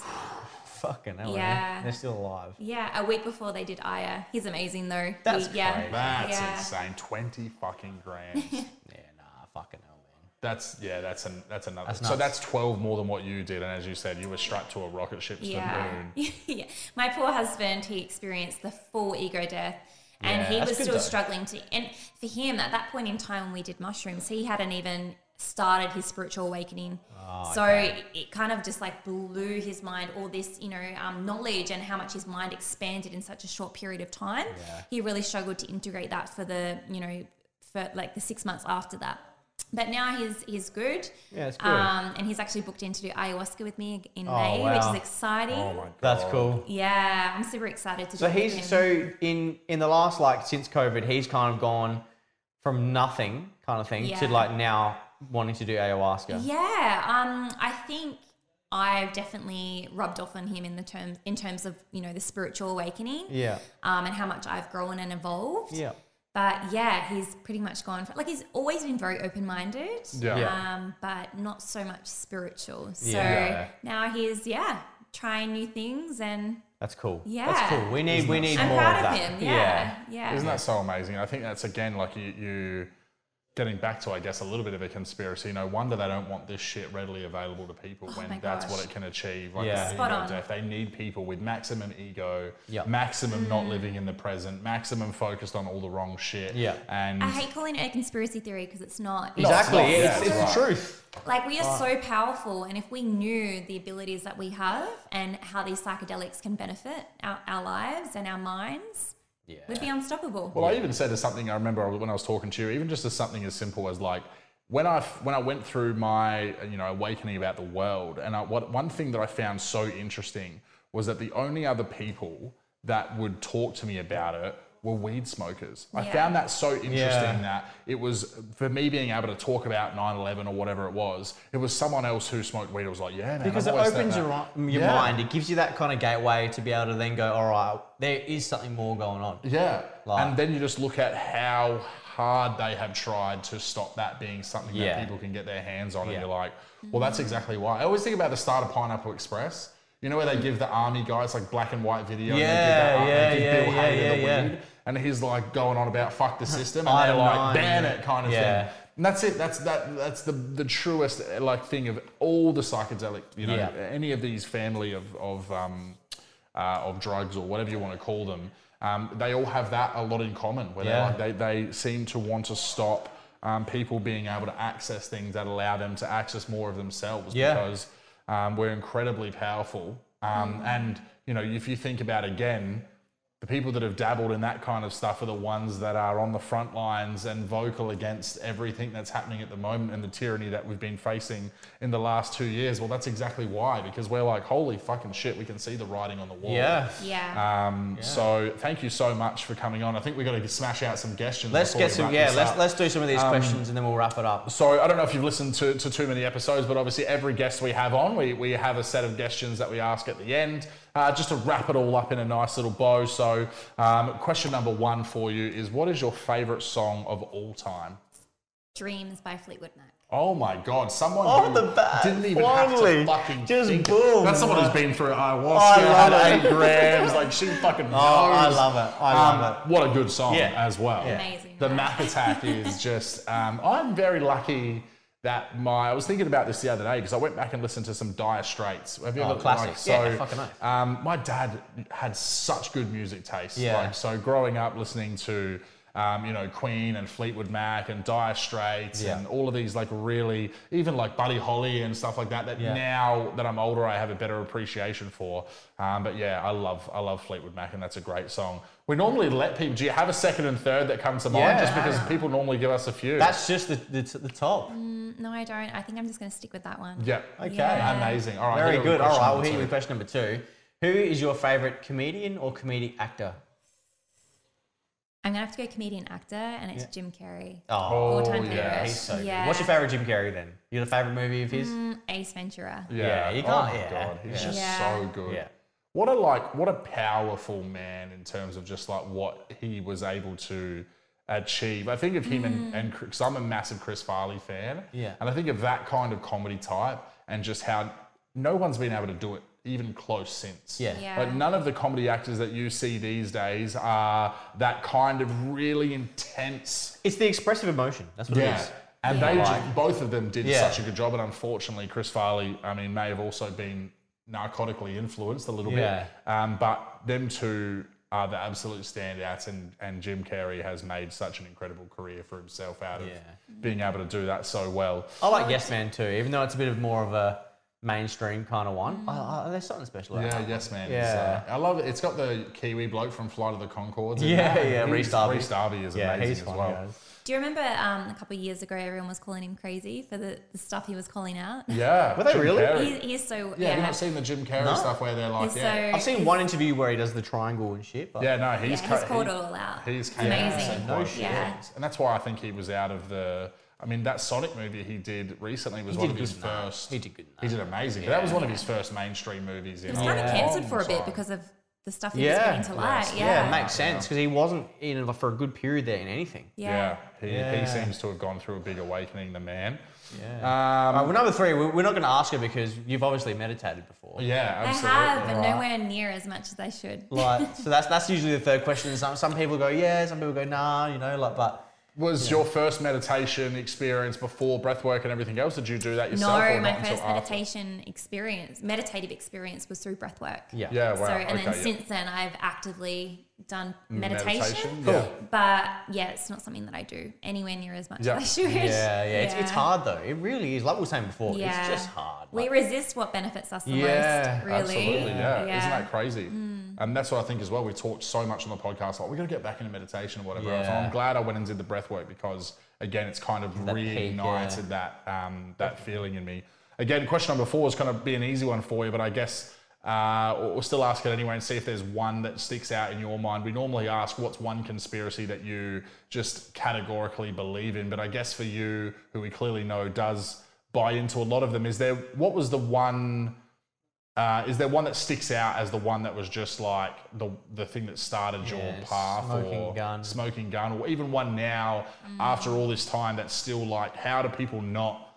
A: Fucking hell. Yeah.
C: yeah.
A: They're still alive.
C: Yeah, a week before they did Aya. He's amazing though.
A: That's
C: He- yeah.
A: great.
B: That's
C: Yeah.
B: insane. 20 fucking
C: (laughs)
B: grams.
A: Yeah, nah, fucking hell, man.
B: That's yeah. That's an that's another.
A: That's
B: so
A: nuts.
B: that's twelve more than what you did, and as you said, you were strapped to a rocket ship to the
C: Yeah.
B: moon.
C: (laughs) yeah. My poor husband, he experienced the full ego death. And
A: Yeah,
C: he
A: that's
C: was
A: good
C: still
A: though.
C: struggling to. And for him, at that point in time when we did mushrooms, he hadn't even started his spiritual awakening.
A: Oh,
C: so it, it kind of just like blew his mind all this, you know, um, knowledge and how much his mind expanded in such a short period of time. He really struggled to integrate that for the, you know, for like the six months after that. But now he's he's good.
A: Yeah, it's good.
C: Um, and he's actually booked in to do ayahuasca with me in
A: Oh,
C: May,
A: wow.
C: which is exciting.
B: Oh my god,
A: That's cool.
C: Yeah, I'm super excited to.
A: So
C: do it with
A: he's
C: him.
A: so in in the last like since COVID, he's kind of gone from nothing kind of thing to
C: Yeah.
A: like now wanting to do ayahuasca.
C: Yeah, um, I think I've definitely rubbed off on him in the terms in terms of you know the spiritual awakening,
A: Yeah.
C: um, and how much I've grown and evolved.
A: Yeah.
C: But yeah, he's pretty much gone. For, like he's always been very open minded.
B: Yeah.
A: Yeah.
C: Um, but not so much spiritual. So
A: Yeah.
C: now he's yeah trying new things and
A: That's cool. That's
C: Yeah.
A: cool. We need we
B: Isn't
A: need
B: that
C: I'm
A: more
C: proud
A: of
C: of,
A: that.
C: him. Yeah, yeah.
B: Isn't that so amazing? I think that's again like you, you getting back to I guess a little bit of a conspiracy. No wonder they don't want this shit readily available to people
C: Oh my
B: when that's
C: gosh.
B: what it can achieve. Like
A: Yeah.
B: the
C: Spot
B: ego
C: on.
B: death. They need people with maximum ego,
A: Yeah.
B: maximum not
C: Mm.
B: living in the present, maximum focused on all the wrong shit.
A: Yeah.
B: And
C: I hate calling it a conspiracy theory because it's not. It's
A: Exactly.
B: No,
A: it's
B: it's not. Yeah,
A: it's
B: it's
A: the truth.
C: Like we are so powerful, and if we knew the abilities that we have and how these psychedelics can benefit our, our lives and our minds,
A: Yeah.
C: We'd be unstoppable.
B: Well, I even said as something I remember when I was talking to you, even just as something as simple as like when I when I went through my you know awakening about the world, and I, what one thing that I found so interesting was that the only other people that would talk to me about it were weed smokers. I
C: Yeah.
B: found that so interesting
A: Yeah.
B: that it was for me being able to talk about 9/11 or whatever it was. It was someone else who smoked weed. It was like, yeah, man,
A: because
B: I've
A: it
B: always
A: opens
B: done
A: your,
B: that.
A: mi- your
B: Yeah.
A: mind. It gives you that kind of gateway to be able to then go, all right, there is something more going on.
B: Yeah.
A: Like-
B: and then you just look at how hard they have tried to stop that being something
A: Yeah.
B: that people can get their hands on.
A: Yeah.
B: And you're like, well, that's exactly why. I always think about the start of Pineapple Express. You know where they give the army guys like black and white video.
A: Yeah,
B: and they give
A: yeah,
B: they give
A: yeah,
B: Bill
A: yeah,
B: Hader the
A: yeah, yeah.
B: weed, And he's like going on about fuck the system. And
A: Item
B: they're like,
A: nine,
B: ban
A: yeah.
B: it kind of
A: Yeah.
B: thing. And that's it. That's that. That's the the truest uh, like thing of all the psychedelic. You know,
A: Yeah.
B: any of these family of of um, uh, of drugs or whatever you want to call them, um, they all have that a lot in common. Where
A: Yeah.
B: they, like, they they seem to want to stop um, people being able to access things that allow them to access more of themselves.
A: Yeah.
B: Because um, we're incredibly powerful. Um, and you know, if you think about again, the people that have dabbled in that kind of stuff are the ones that are on the front lines and vocal against everything that's happening at the moment and the tyranny that we've been facing in the last two years. Well, that's exactly why, because we're like, holy fucking shit, we can see the writing on the wall.
A: Yeah.
C: yeah.
A: Uh,
B: Um, So thank you so much for coming on. I think we've got to smash out some questions.
A: Let's
B: before
A: get
B: we
A: some.
B: wrap
A: Yeah,
B: this
A: let's
B: up. Um,
A: let's do some of these questions and then we'll wrap it up.
B: So I don't know if you've listened to, to too many episodes, but obviously every guest we have on, we, we have a set of questions that we ask at the end, uh, just to wrap it all up in a nice little bow. So um, question number one for you is, what is your favourite song of all time?
C: Dreams by Fleetwood Mac.
B: Oh my God! Someone
A: Off
B: who
A: Oh, the bat,
B: didn't even
A: finally.
B: have to fucking
A: Just
B: think-
A: boom.
B: That's someone who's been through ayahuasca,
A: I love
B: had
A: it.
B: eight grams. Like she fucking knows.
A: Oh, I love it. I
B: Um,
A: love it.
B: What a good song
A: Yeah.
B: as well.
C: Amazing.
B: The map attack is just. Um, I'm very lucky that my. I was thinking about this the other day because I went back and listened to some Dire Straits. Have you
A: Oh,
B: ever
A: classic.
B: Like, so,
A: Yeah, fucking oath.
B: um, my dad had such good music taste.
A: Yeah.
B: Like, so growing up listening to. Um, you know Queen and Fleetwood Mac and Dire Straits
A: Yeah.
B: and all of these like really even like Buddy Holly and stuff like that that
A: Yeah.
B: now that I'm older I have a better appreciation for um, but yeah I love I love Fleetwood Mac and that's a great song we normally let people do you have a second and third that comes to mind
A: Yeah.
B: just because people normally give us a few
A: That's just the the, t- the top.
C: No, I don't. I think I'm just going to stick with that one.
B: yeah
A: Okay.
C: Yeah.
B: amazing all right
A: Very
B: hit it with
A: good. All
B: question
A: right,
B: number
A: we'll hit
B: two.
A: you with question number two. Who is your favorite comedian or comedic actor?
C: I'm going to have to go comedian actor, and it's
A: Yeah.
C: Jim Carrey.
A: Oh,
C: All time
B: yeah.
C: favorite.
A: he's so good.
C: yeah.
A: What's your favorite Jim Carrey then? Your favorite movie of his?
C: Mm, Ace Ventura.
A: Yeah, you
B: oh
A: can't-
B: my
A: yeah.
B: god, he's
A: Yeah.
B: just
C: Yeah.
B: so good.
A: Yeah.
B: What a like, what a powerful man in terms of just like what he was able to achieve. I think of him and and because I'm a massive Chris Farley fan.
A: Yeah.
B: and I think of that kind of comedy type and just how no one's been able to do it even close since.
A: Yeah.
C: Yeah.
B: Like none of the comedy actors that you see these days are that kind of really intense
A: It's the expressive emotion. That's what it
B: yeah.
A: is.
B: And
C: Yeah.
B: they just, both of them did
A: Yeah.
B: such a good job. And unfortunately, Chris Farley, I mean, may have also been narcotically influenced a little
A: Yeah.
B: bit. Um, but them two are the absolute standouts. And, and Jim Carrey has made such an incredible career for himself out of
A: Yeah.
B: being able to do that so well.
A: I like Yes Man too, even though it's a bit of more of a mainstream kind of one.
C: Mm.
A: I, I, there's something special. about
B: Yeah,
A: that.
B: Uh, yes, man.
A: Yeah.
B: So, I love it. It's got the Kiwi bloke from Flight of the Concords. in
A: Yeah,
B: that, and
A: yeah,
B: he's-
A: Reece Darby.
B: Reece Darby is
A: Yeah,
B: amazing
A: he's
B: as
A: fun,
B: well.
A: guys.
C: Do you remember um, a couple of years ago, everyone was calling him crazy for the, the stuff he was calling out?
B: Yeah.
A: Were they
B: Jim
A: really?
B: Carrey.
C: He, he is so.
B: Yeah,
C: Yeah.
B: you've not seen the Jim Carrey
A: No.
B: stuff where they're like,
C: He's
B: yeah.
C: so-
A: I've seen one interview where he does the triangle and shit, but
B: Yeah, no, he's,
C: yeah,
B: cut-
C: he's called
B: he-
C: it all out.
B: He's
C: It's
B: came out and
C: amazing.
B: said
A: No
B: quite a
A: shit.
B: few
C: Yeah.
B: things. and that's why I think he was out of the. I mean, that Sonic movie he did recently was
A: He
B: one
A: did
B: of his
A: good in that.
B: first.
A: He did good in
B: He
A: that.
B: did amazing. But that was one of his first mainstream movies.
C: He was kind of cancelled for a bit because of the stuff he
A: Oh, Yeah.
C: was bringing to light.
A: yeah,
C: Yeah.
A: it makes sense because he wasn't in it for a good period there in anything.
C: Yeah.
B: Yeah, He,
A: Yeah. Um,
B: he seems to have gone through a big awakening. The man. Um,
A: Yeah. well, number three, we- we're not going to ask her because you've obviously meditated before.
B: Yeah,
C: I
B: absolutely.
C: have, but
B: right.
C: nowhere near as much as I should.
A: Like, so that's that's usually the third question. Some some people go yeah, some people go nah, you know, like but.
B: Was your first meditation experience before breathwork and everything else? Did you do that yourself?
C: No,
B: or
C: my
B: not
C: first
B: until after?
C: meditation experience, meditative experience was through breath work.
A: Yeah.
B: Yeah, wow.
C: So, and
B: okay,
C: then
B: yeah.
C: since then, I've actively done meditation.
B: Meditation,
A: Cool.
B: yeah.
C: But yeah, it's not something that I do anywhere near as much
B: Yeah.
C: as I should.
A: Yeah, yeah, It's, it's hard though. It really is. Like we were saying before, it's just hard.
C: We
A: Like,
C: resist what benefits us the
A: Yeah,
C: most, really.
A: Hmm.
B: Absolutely, yeah. Isn't that crazy? And that's what I think as well. We talked so much on the podcast, like we got to get back into meditation or whatever. else.
A: Yeah.
B: I'm glad I went and did the breath work because again, it's kind of
A: That peak,
B: reignited that um, that feeling in me. Again, question number four is going to be an easy one for you, but I guess uh, we'll we'll still ask it anyway and see if there's one that sticks out in your mind. We normally ask what's one conspiracy that you just categorically believe in, but I guess for you, who we clearly know does buy into a lot of them, is there what was the one? Uh, is there one that sticks out as the one that was just like the the thing that started
A: Yeah,
B: your path,
A: smoking
B: or
A: gun.
B: smoking gun, or even one now after all this time that's still like, how do people not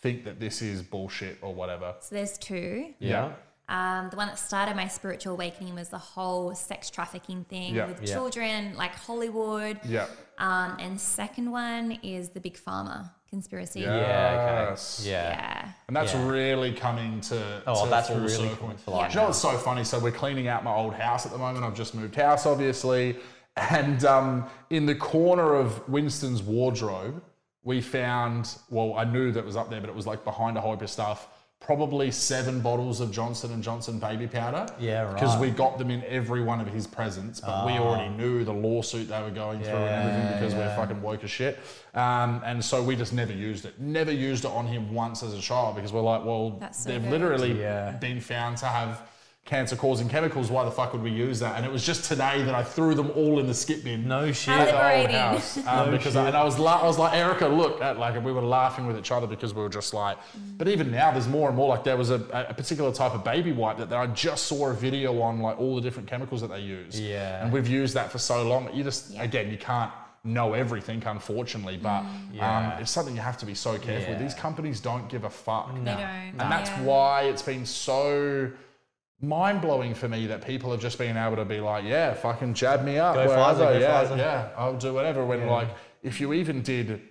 B: think that this is bullshit or whatever?
C: So there's two.
B: Yeah.
C: Um, the one that started my spiritual awakening was the whole sex trafficking thing
B: Yeah.
C: with
A: Yeah.
C: children, like Hollywood.
B: Yeah.
C: Um, and second one is the big pharma conspiracy.
B: Yeah.
A: Yeah.
B: Yes.
A: Okay. Yeah.
C: Yeah.
B: And that's
A: Yeah.
B: really coming to.
A: Oh,
B: to
A: that's
B: full
A: really
B: circle.
A: coming to life
B: Do you know what's so funny? So we're cleaning out my old house at the moment. I've just moved house, obviously, and um, in the corner of Winston's wardrobe, we found. Well, I knew that was up there, but it was like behind a whole heap of stuff. Probably seven bottles of Johnson and Johnson baby powder.
A: Yeah, right. Ah.
B: Because we got them in every one of his presents, but we already knew the lawsuit they were going through and everything because we're fucking woke as shit. Um, and so we just never used it. Never used it on him once as a child because we're like, well,
C: That's so
B: they've
C: good.
B: literally
A: Yeah.
B: been found to have cancer causing chemicals. Why the fuck would we use that? And it was just today that I threw them all in the skip bin.
A: No
C: How
B: Oh,
A: shit.
C: did- Liberating.
B: um, because I, and I was la- I was like Erica, look at like and we were laughing with each other because we were just like. But even now, there's more and more. Like there was a, a particular type of baby wipe that, that I just saw a video on, like all the different chemicals that they use.
A: Yeah.
B: and we've used that for so long. You just
C: Yeah.
B: again, you can't know everything, unfortunately. But
A: Mm. Yeah.
B: um, it's something you have to be so careful. with.
A: Yeah.
B: These companies don't give a fuck.
C: They don't.
B: And that's
C: yeah.
B: why it's been so mind blowing for me that people have just been able to be like, yeah, fucking jab me up.
A: Go
B: where
A: Pfizer,
B: are they?
A: go
B: yeah,
A: Pfizer."
B: yeah, I'll do whatever. When like, if you even did,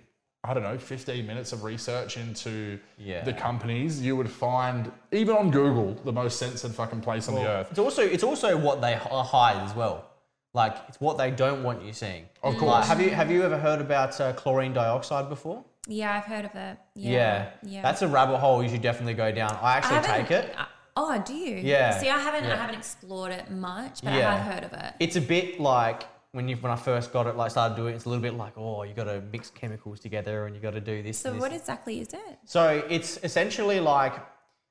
B: I don't know, 15 minutes of research into
A: Yeah.
B: the companies, you would find, even on Google, the most censored fucking place on the earth.
A: It's also it's also what they h- hide as well. Like it's what they don't want you seeing.
B: Of
C: Mm.
A: Like,
B: course.
A: have you have you ever heard about uh, chlorine dioxide before?
C: Yeah, I've heard of it. Yeah.
A: Yeah.
C: Yeah.
A: That's a rabbit hole you should definitely go down. I
C: I
A: actually
C: haven't-
A: take it.
C: I- oh, do you?
A: Yeah.
C: See, I haven't.
A: Yeah.
C: I haven't explored it much, but
A: Yeah.
C: I have heard of it.
A: It's a bit like when you when I first got it, like started doing it, it's a little bit like, oh, you gotta mix chemicals together and you gotta do this.
C: So,
A: and this.
C: what exactly is it?
A: So it's essentially like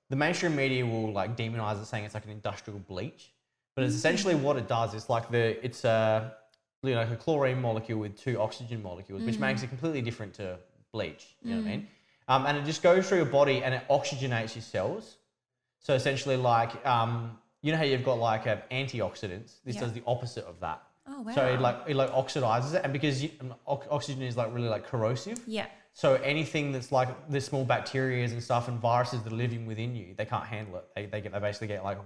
A: the mainstream media will like demonize it, saying it's like an industrial bleach, but it's essentially what it does. It's like the it's a you know like a chlorine molecule with two oxygen molecules, which makes it completely different to bleach. You know what I mean? Um, and it just goes through your body and it oxygenates your cells. So essentially, like um, you know how you've got like um, antioxidants. This
C: Yeah.
A: does the opposite of that.
C: Oh, wow.
A: So it like it like oxidizes it, and because you, um, ox- oxygen is like really like corrosive.
C: Yeah.
A: So anything that's like the small bacteria and stuff and viruses that are living within you, they can't handle it. They, they get they basically get like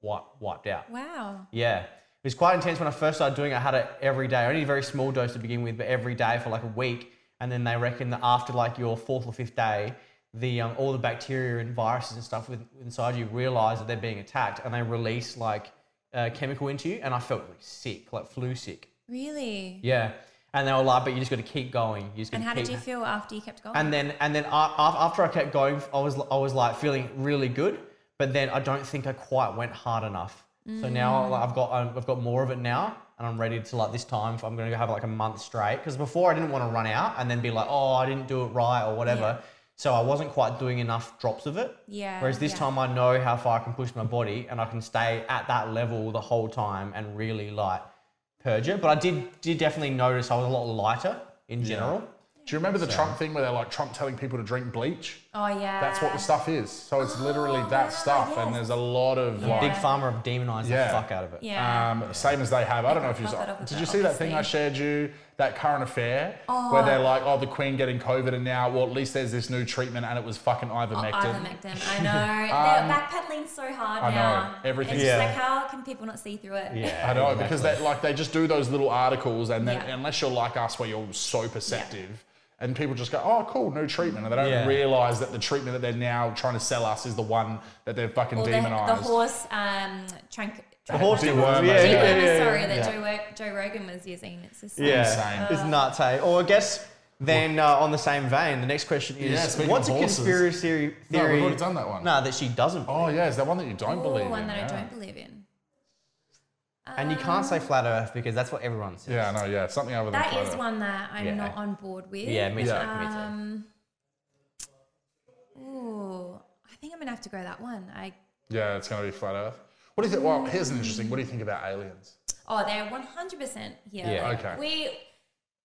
A: wiped, wiped out.
C: Wow.
A: Yeah. It was quite intense when I first started doing it. I had it every day, only a very small dose to begin with, but every day for like a week. And then they reckon that after like your fourth or fifth day, the um, all the bacteria and viruses and stuff with, inside you realize that they're being attacked and they release like uh, chemical into you. And I felt like sick, like flu sick.
C: Really.
A: Yeah. And they were like, but you just got to keep going. You just got
C: And
A: to
C: how
A: keep
C: did you feel after you kept going?
A: and then and then a- a- after I kept going, I was I was like feeling really good, but then I don't think I quite went hard enough.
C: Mm.
A: So now like, I've got um, I've got more of it now, and I'm ready to like this time if I'm going to have like a month straight because before I didn't want to run out and then be like oh I didn't do it right or whatever. So I wasn't quite doing enough drops of it.
C: Yeah,
A: Whereas this
C: yeah.
A: time I know how far I can push my body and I can stay at that level the whole time and really like purge it. But I did did definitely notice I was a lot lighter in general.
B: Do you remember the Trump thing where they're like Trump telling people to drink bleach?
C: oh yeah.
B: That's what the stuff is. So it's literally
C: Oh,
B: that
A: Ah,
C: wow,
B: stuff, and
C: yes.
B: there's a lot of
C: Yeah.
B: like
A: Big Pharma have demonized
B: Yeah.
A: the fuck out of it.
C: Yeah.
B: Um, Same as they have. I don't know if you
C: Fuck it up
B: saw.
C: with
B: Did
C: that,
B: you see that thing I
C: obviously.
B: shared you? That current affair where they're like, oh, the Queen getting COVID, and now, well, at least there's this new treatment, and it was fucking ivermectin.
C: Oh, Ivermectin. I know. They're backpedaling so hard
B: I know.
C: now.
B: Everything-
C: It's just
A: Yeah.
C: like, how can people not see through it?
A: Yeah,
B: I know
A: exactly.
B: because they like they just do those little articles, and then
C: Yeah.
B: unless you're like us, where you're so perceptive. And people just go, oh, cool, new treatment. And they don't
A: Yeah.
B: realize that the treatment that they're now trying to sell us is the one that they're fucking
C: Or the, the
B: demonized.
C: horse um, trank. The
A: horse
B: dewormer,
A: yeah,
B: yeah.
A: yeah, yeah,
C: Sorry, that
A: yeah.
C: Joe, Wo- Joe Rogan was using. It's just like-
A: Yeah,
B: Insane.
A: it's nuts, hey. Or I guess then uh, on the same vein, the next question is:
B: Yeah, speaking
A: What's a
B: of horses.
A: conspiracy theory?
B: No, we've already done that one.
A: No, that she doesn't.
B: Oh, yeah, is that one that you don't
C: Ooh,
B: believe
C: one
B: in?
C: that
B: yeah.
C: I don't believe in.
A: and you can't say flat Earth because that's what everyone says.
B: Yeah, no, yeah, something over
C: That
B: there.
C: is one that I'm
A: Yeah.
C: not on board with.
A: Yeah, me too.
B: Yeah.
A: Me too.
C: Um, ooh, I think I'm gonna have to go that one. I
B: Yeah, it's going to be flat Earth. What do you think? Well, here's an interesting. What do you think about aliens?
C: oh, they're 100 percent here.
A: Yeah.
C: Like,
B: Okay.
C: We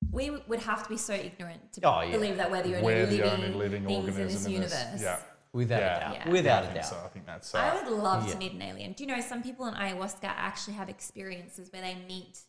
C: we would have to be so ignorant to
A: Oh, yeah.
C: believe that we're the only
B: We're
C: living,
B: the only living
C: things
B: organism
C: in this universe.
B: Yeah,
A: Without
B: Yeah.
A: a doubt.
C: Yeah.
A: Without
B: I
A: a
B: think
A: doubt.
B: so. I think that's.
C: I
B: Uh,
C: would love
A: Yeah.
C: to meet an alien. Do you know some people in ayahuasca actually have experiences where they meet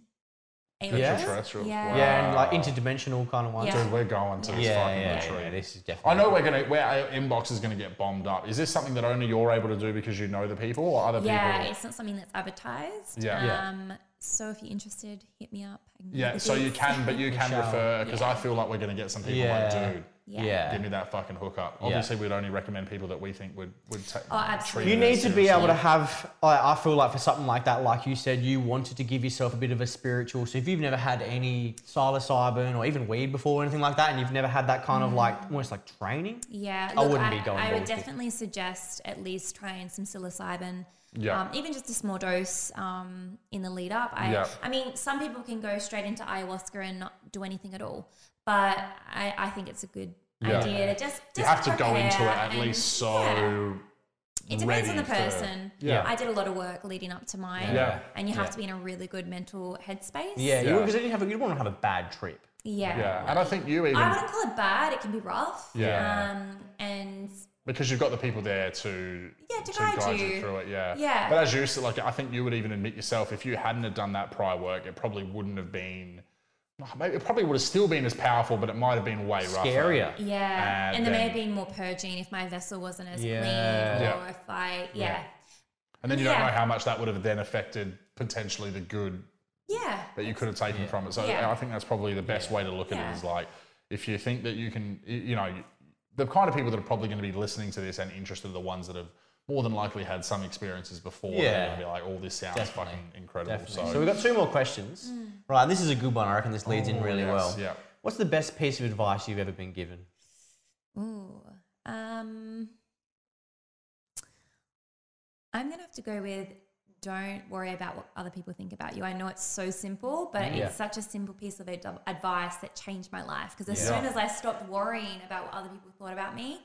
C: aliens?
B: Extraterrestrials.
C: Yeah.
A: Yeah, and like
B: Wow.
A: interdimensional kind of ones.
C: Yeah.
A: Yeah,
B: Dude, we're going to this
A: yeah,
B: Oh. fucking
A: yeah,
B: retreat.
A: yeah, This is definitely.
B: I know we're gonna where our inbox is gonna get bombed up. Is this something that only you're able to do because you know the people or other
C: Yeah,
B: people?
C: it's not something that's advertised.
B: Yeah. Yeah.
C: Um, so if you're interested, hit me up. I can give
B: Yeah,
C: you
B: so you
C: (laughs) this.
B: can, but you can
A: shall.
B: refer because I feel like we're gonna get some people
A: Yeah.
B: like, dude,
A: Yeah.
B: give me that fucking hookup. Obviously, we'd only recommend people that we think would would take.
C: Oh, absolutely.
A: You
B: it
A: need to be
B: seriously.
A: able to have. I I feel like for something like that, like you said, you wanted to give yourself a bit of a spiritual. So if you've never had any psilocybin or even weed before or anything like that, and you've never had that kind of like almost like training,
C: Yeah,
A: I wouldn't be going
C: I would
A: balls deep.
C: definitely suggest at least trying some psilocybin.
B: Yeah.
C: Um, even just a small dose um, in the lead up. I,
B: Yeah.
C: I mean, some people can go straight into ayahuasca and not do anything at all, but I, I think it's a good
B: Yeah.
C: idea to just, just
B: You have to go into it
C: prepare
B: at
C: and-
B: least so.
C: yeah. It depends on
B: ready
C: the
B: for-
C: person.
B: Yeah.
C: I did a lot of work leading up to mine.
B: Yeah.
C: And you have
A: Yeah.
C: to be in a really good mental headspace.
A: yeah,
B: Yeah.
A: because then you have a, you don't want to have a bad trip.
C: Yeah.
B: Yeah, and I think you even
C: I wouldn't call it bad. It can be rough.
B: Yeah.
C: Um, and
B: because you've got the people there to
C: Yeah, to guide
B: you.
C: you.
B: through it. Yeah,
C: Yeah.
B: But as you said, like I think you would even admit yourself if you hadn't have done that prior work, it probably wouldn't have been. oh, Maybe it probably would have still been as powerful, but it might have been way rougher.
A: Scarier.
C: yeah.
B: And
C: And, there may
B: Uh, then-
C: have been more purging if my vessel wasn't as
A: Yeah.
C: clean or
B: Yeah.
C: if I,
B: Yeah.
C: yeah.
B: And then you don't
C: Yeah.
B: know how much that would have then affected potentially the good
C: Yeah.
B: that you could have taken from it. So
C: Yeah.
B: I think that's probably the best way to look at
C: Yeah.
B: it is like if you think that you can, y- you know, the kind of people that are probably going to be listening to this and interested are the ones that have more than likely had some experiences before. They're
A: Yeah.
B: going to be like, "All this sounds
A: Definitely.
B: fucking incredible."
A: So we've got two more questions. Right, this is a good one. I reckon this leads in
B: Oh,
A: really
B: yes,
A: well.
B: yeah.
A: What's the best piece of advice you've ever been given?
C: Ooh. Um, I'm going to have to go with don't worry about what other people think about you. I know it's so simple,
B: Mm,
C: but
A: Yeah.
C: it's such a simple piece of ad- advice that changed my life. Because as
B: Yeah.
C: soon as I stopped worrying about what other people thought about me,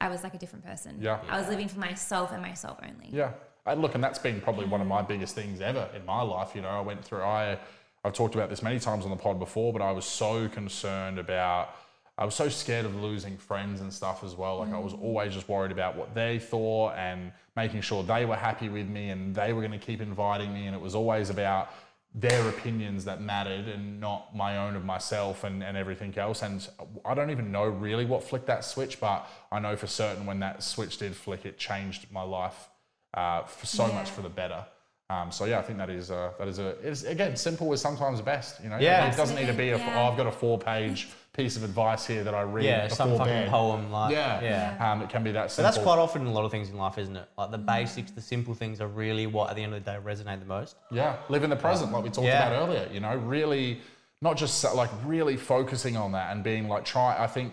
C: I was like a different person.
B: Yeah.
C: I was living for myself and myself only.
B: Yeah. I look, and that's been probably one of my biggest things ever in my life. You know, I went through, I, I've talked about this many times on the pod before, but I was so concerned about, I was so scared of losing friends and stuff as well. Like, I was always just worried about what they thought and making sure they were happy with me and they were going to keep inviting me. And it was always about their opinions that mattered and not my own of myself and, and everything else. And I don't even know really what flicked that switch, but I know for certain when that switch did flick, it changed my life uh, for so much
C: Yeah.
B: for the better. Um, so yeah, I think that is uh, that is a it's, again simple is sometimes best. You know,
A: Yeah.
B: it doesn't need to be a
C: Absolutely, yeah.
B: oh, I've got a four
C: (laughs)
B: page piece of advice here that I read
A: Yeah,
B: before
A: some fucking
B: bed.
A: poem. Like,
B: Yeah,
A: yeah.
B: Um, it can be that
A: But
B: simple.
A: that's quite often in a lot of things in life, isn't it? Like the basics, the simple things are really what at the end of the day resonate the most.
B: Yeah, live in the present, like we talked
A: Yeah.
B: about earlier. You know, really, not just so- like really focusing on that and being like, try. I think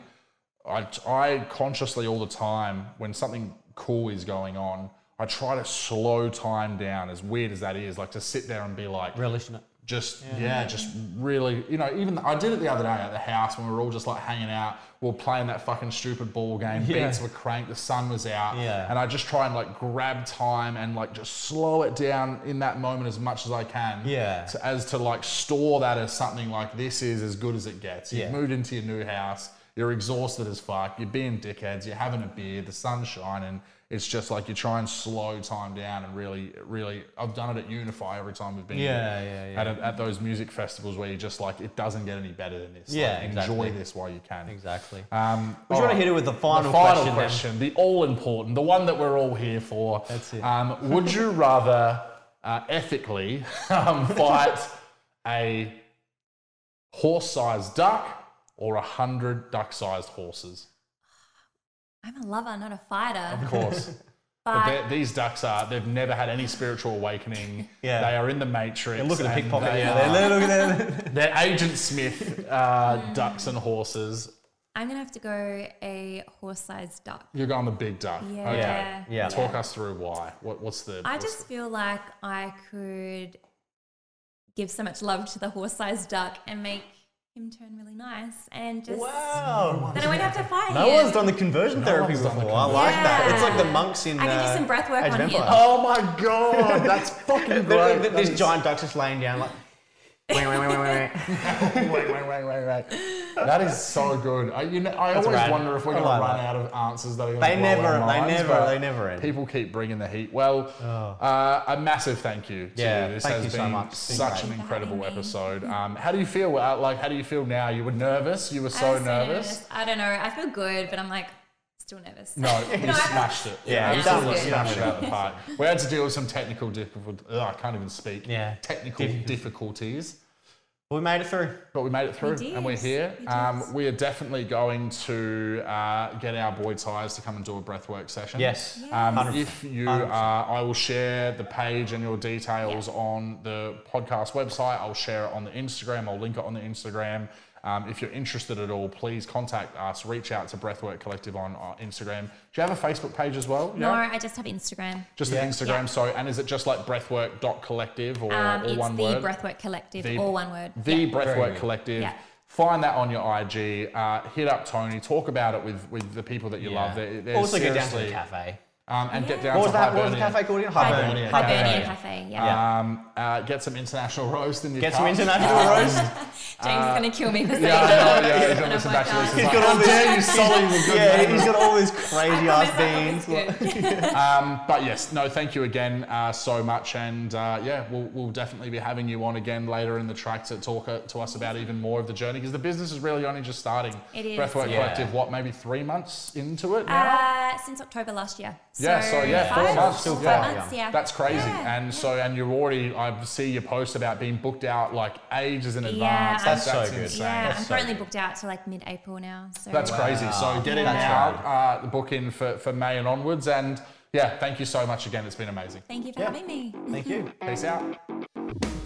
B: I, I consciously all the time when something cool is going on, I try to slow time down. As weird as that is, like to sit there and be like,
A: Relish in it.
B: just yeah. just really you know even I did it the other day at the house when we were all just like hanging out we were playing that fucking stupid ball game
A: Yeah.
B: beats were cranked the sun was out
A: Yeah.
B: and I just try and like grab time and like just slow it down in that moment as much as I can
A: Yeah.
B: to- as to like store that as something like this is as good as it gets you've
A: Yeah.
B: moved into your new house you're exhausted as fuck you're being dickheads you're having a beer the sun's shining it's just like you try and slow time down and really really I've done it at Unify every time we've been
A: Yeah, yeah, yeah.
B: at, a, at those music festivals where you're just like, it doesn't get any better than this. Like,
A: Yeah,
B: enjoy
A: exactly.
B: this while you can.
A: Exactly.
B: Um,
A: Would you
B: all
A: want to hit it with the final,
B: the final
A: question?
B: question,
A: then?
B: the all important, the one that we're all here for.
A: That's it.
B: Um,
A: (laughs)
B: would you rather uh, ethically um, fight a horse-sized duck or a hundred duck-sized horses?
C: I'm a lover, not a fighter.
A: (laughs)
B: Of course.
C: But
B: They're- these ducks are, they've never had any spiritual awakening.
A: Yeah.
B: They are in the matrix.
A: Yeah, look at the
B: and uh,
A: pickpocket. (laughs)
B: they
A: Yeah,
B: are-
A: there, look at that.
C: Mm.
B: They're Agent Smith uh, ducks and horses.
C: I'm gonna have to go a horse-sized duck.
B: You're going the big duck.
C: Yeah.
B: Okay.
C: Yeah.
A: Yeah.
B: Talk us through why. What, what's the?
C: I
B: what's
C: just feel like I could give so much love to the horse-sized duck and make him turn really nice, and just
D: Wow.
C: then I won't
B: (laughs)
C: have to fight
D: No
C: him.
D: one's done the conversion therapy
B: one's
D: before.
B: done the
D: I like that.
C: Yeah.
D: It's like the monks in.
C: I can do
D: uh,
C: some breath work
D: Age of
C: on him.
D: Empires.
B: the- oh my
C: (laughs)
B: god, (laughs) that's fucking
A: Th-
B: great.
A: th-
B: That
A: this
B: is-
A: giant duck's just laying down like. wait, wait, wait, wait, wait.
B: wait, wait, wait, wait, wait. That is so good. I, you know, I always
A: rad.
B: wonder if we're
A: I
B: going
A: like
B: to run
A: that.
B: out of answers that are going
A: They
B: to
A: never-
B: our
A: they
B: minds,
A: never-
B: but
A: they never end. Oh.
B: People keep bringing the heat. Well, uh, a massive thank you. To
A: Yeah,
B: you. This
A: thank
B: has
A: you so
B: been
A: much. It's been
B: such
A: great.
B: an
C: Thank you for
B: incredible
C: having me.
B: episode. Um, how do you feel? Uh, Like, how do you feel now? You were nervous. You were
C: I
B: so
C: was
B: nervous.
C: I don't know. I feel good, but I'm like still (laughs) nervous.
B: No, you
C: I-
B: smashed it.
A: Yeah,
B: you
A: you
B: absolutely
A: done it.
B: smashed it
A: Done
B: out of the park. We had to deal with some technical difficulties. I can't even speak.
A: Yeah.
B: Technical
A: Difficult.
B: difficulties.
A: We made it through.
B: But we made it through
C: did.
B: and we're here.
C: We did.
B: um, we are definitely going to uh, get our boy Tyres to come and do a breathwork session.
A: Yes.
B: Um,
A: Hundred-
B: if you
A: hundred
B: are, I will share the page and your details on the podcast website. I'll share it on the Instagram. I'll link it on the Instagram. Um, if you're interested at all, please contact us. Reach out to Breathwork Collective on our Instagram. Do you have a Facebook page as well?
C: No, I just have Instagram.
B: Just
A: Yeah.
B: an Instagram,
C: Yeah.
B: sorry. And is it just like breathwork.collective or
C: Um,
B: all
C: it's
B: one
C: the
B: word?
C: Breathwork Collective,
B: The-
C: all one word.
B: The
C: Yeah.
A: Very
B: Breathwork
A: good.
B: Collective.
C: Yeah.
B: Find that on your IG. Uh, hit up Tony. Talk about it with, with the people that you love. They- they're
A: also, get down to the
B: seriously-
A: cafe.
B: Um, and get down
C: Yeah.
A: What
B: to
A: was that? What was the
B: Hibernian.
A: cafe called again?
C: Hibernian,
A: Hibernian.
C: Hibernian Cafe. Yeah.
B: Um, uh, get some international (laughs) roast in your
A: Get
B: cup.
A: some international
B: (laughs)
A: roast.
C: James is gonna kill me for saying
B: Yeah, I know,
C: that.
A: (laughs)
B: yeah. He's going
C: And
B: to
C: I'm
B: listen
C: like,
B: back to this.
C: "Oh,
B: He's
A: He's
B: like,
A: got all
B: How
A: this- (laughs)
B: dare you sully with good
A: Yeah,
B: manners?"
A: he's got all these
C: I
A: crazy
C: promise
A: ass
C: that
A: beans.
C: was good.
B: Um, but yes, no, thank you again uh, so much. And uh, yeah, we'll, we'll definitely be having you on again later in the track to talk uh, to us about even more of the journey because the business is really only just starting.
C: It is,
B: Breathwork
A: yeah.
B: Collective, what, maybe three months into it now?
C: Uh, since October last year.
B: Yeah, so, yeah, four
C: five,
B: months.
A: Still
B: yeah.
A: five
C: months, yeah.
B: That's crazy.
C: Yeah,
B: and so, and you're already, I see your post about being booked out like ages in advance.
C: That's
A: so good.
B: insane.
C: Yeah,
A: That's
C: I'm
A: so
C: currently
A: good.
C: booked out to like mid-April now. So
B: That's crazy. So get in
C: That's
B: now, uh, book in for, for May and onwards. And yeah, thank you so much again. It's been amazing.
C: Thank you for having me.
A: Thank you.
B: Peace out.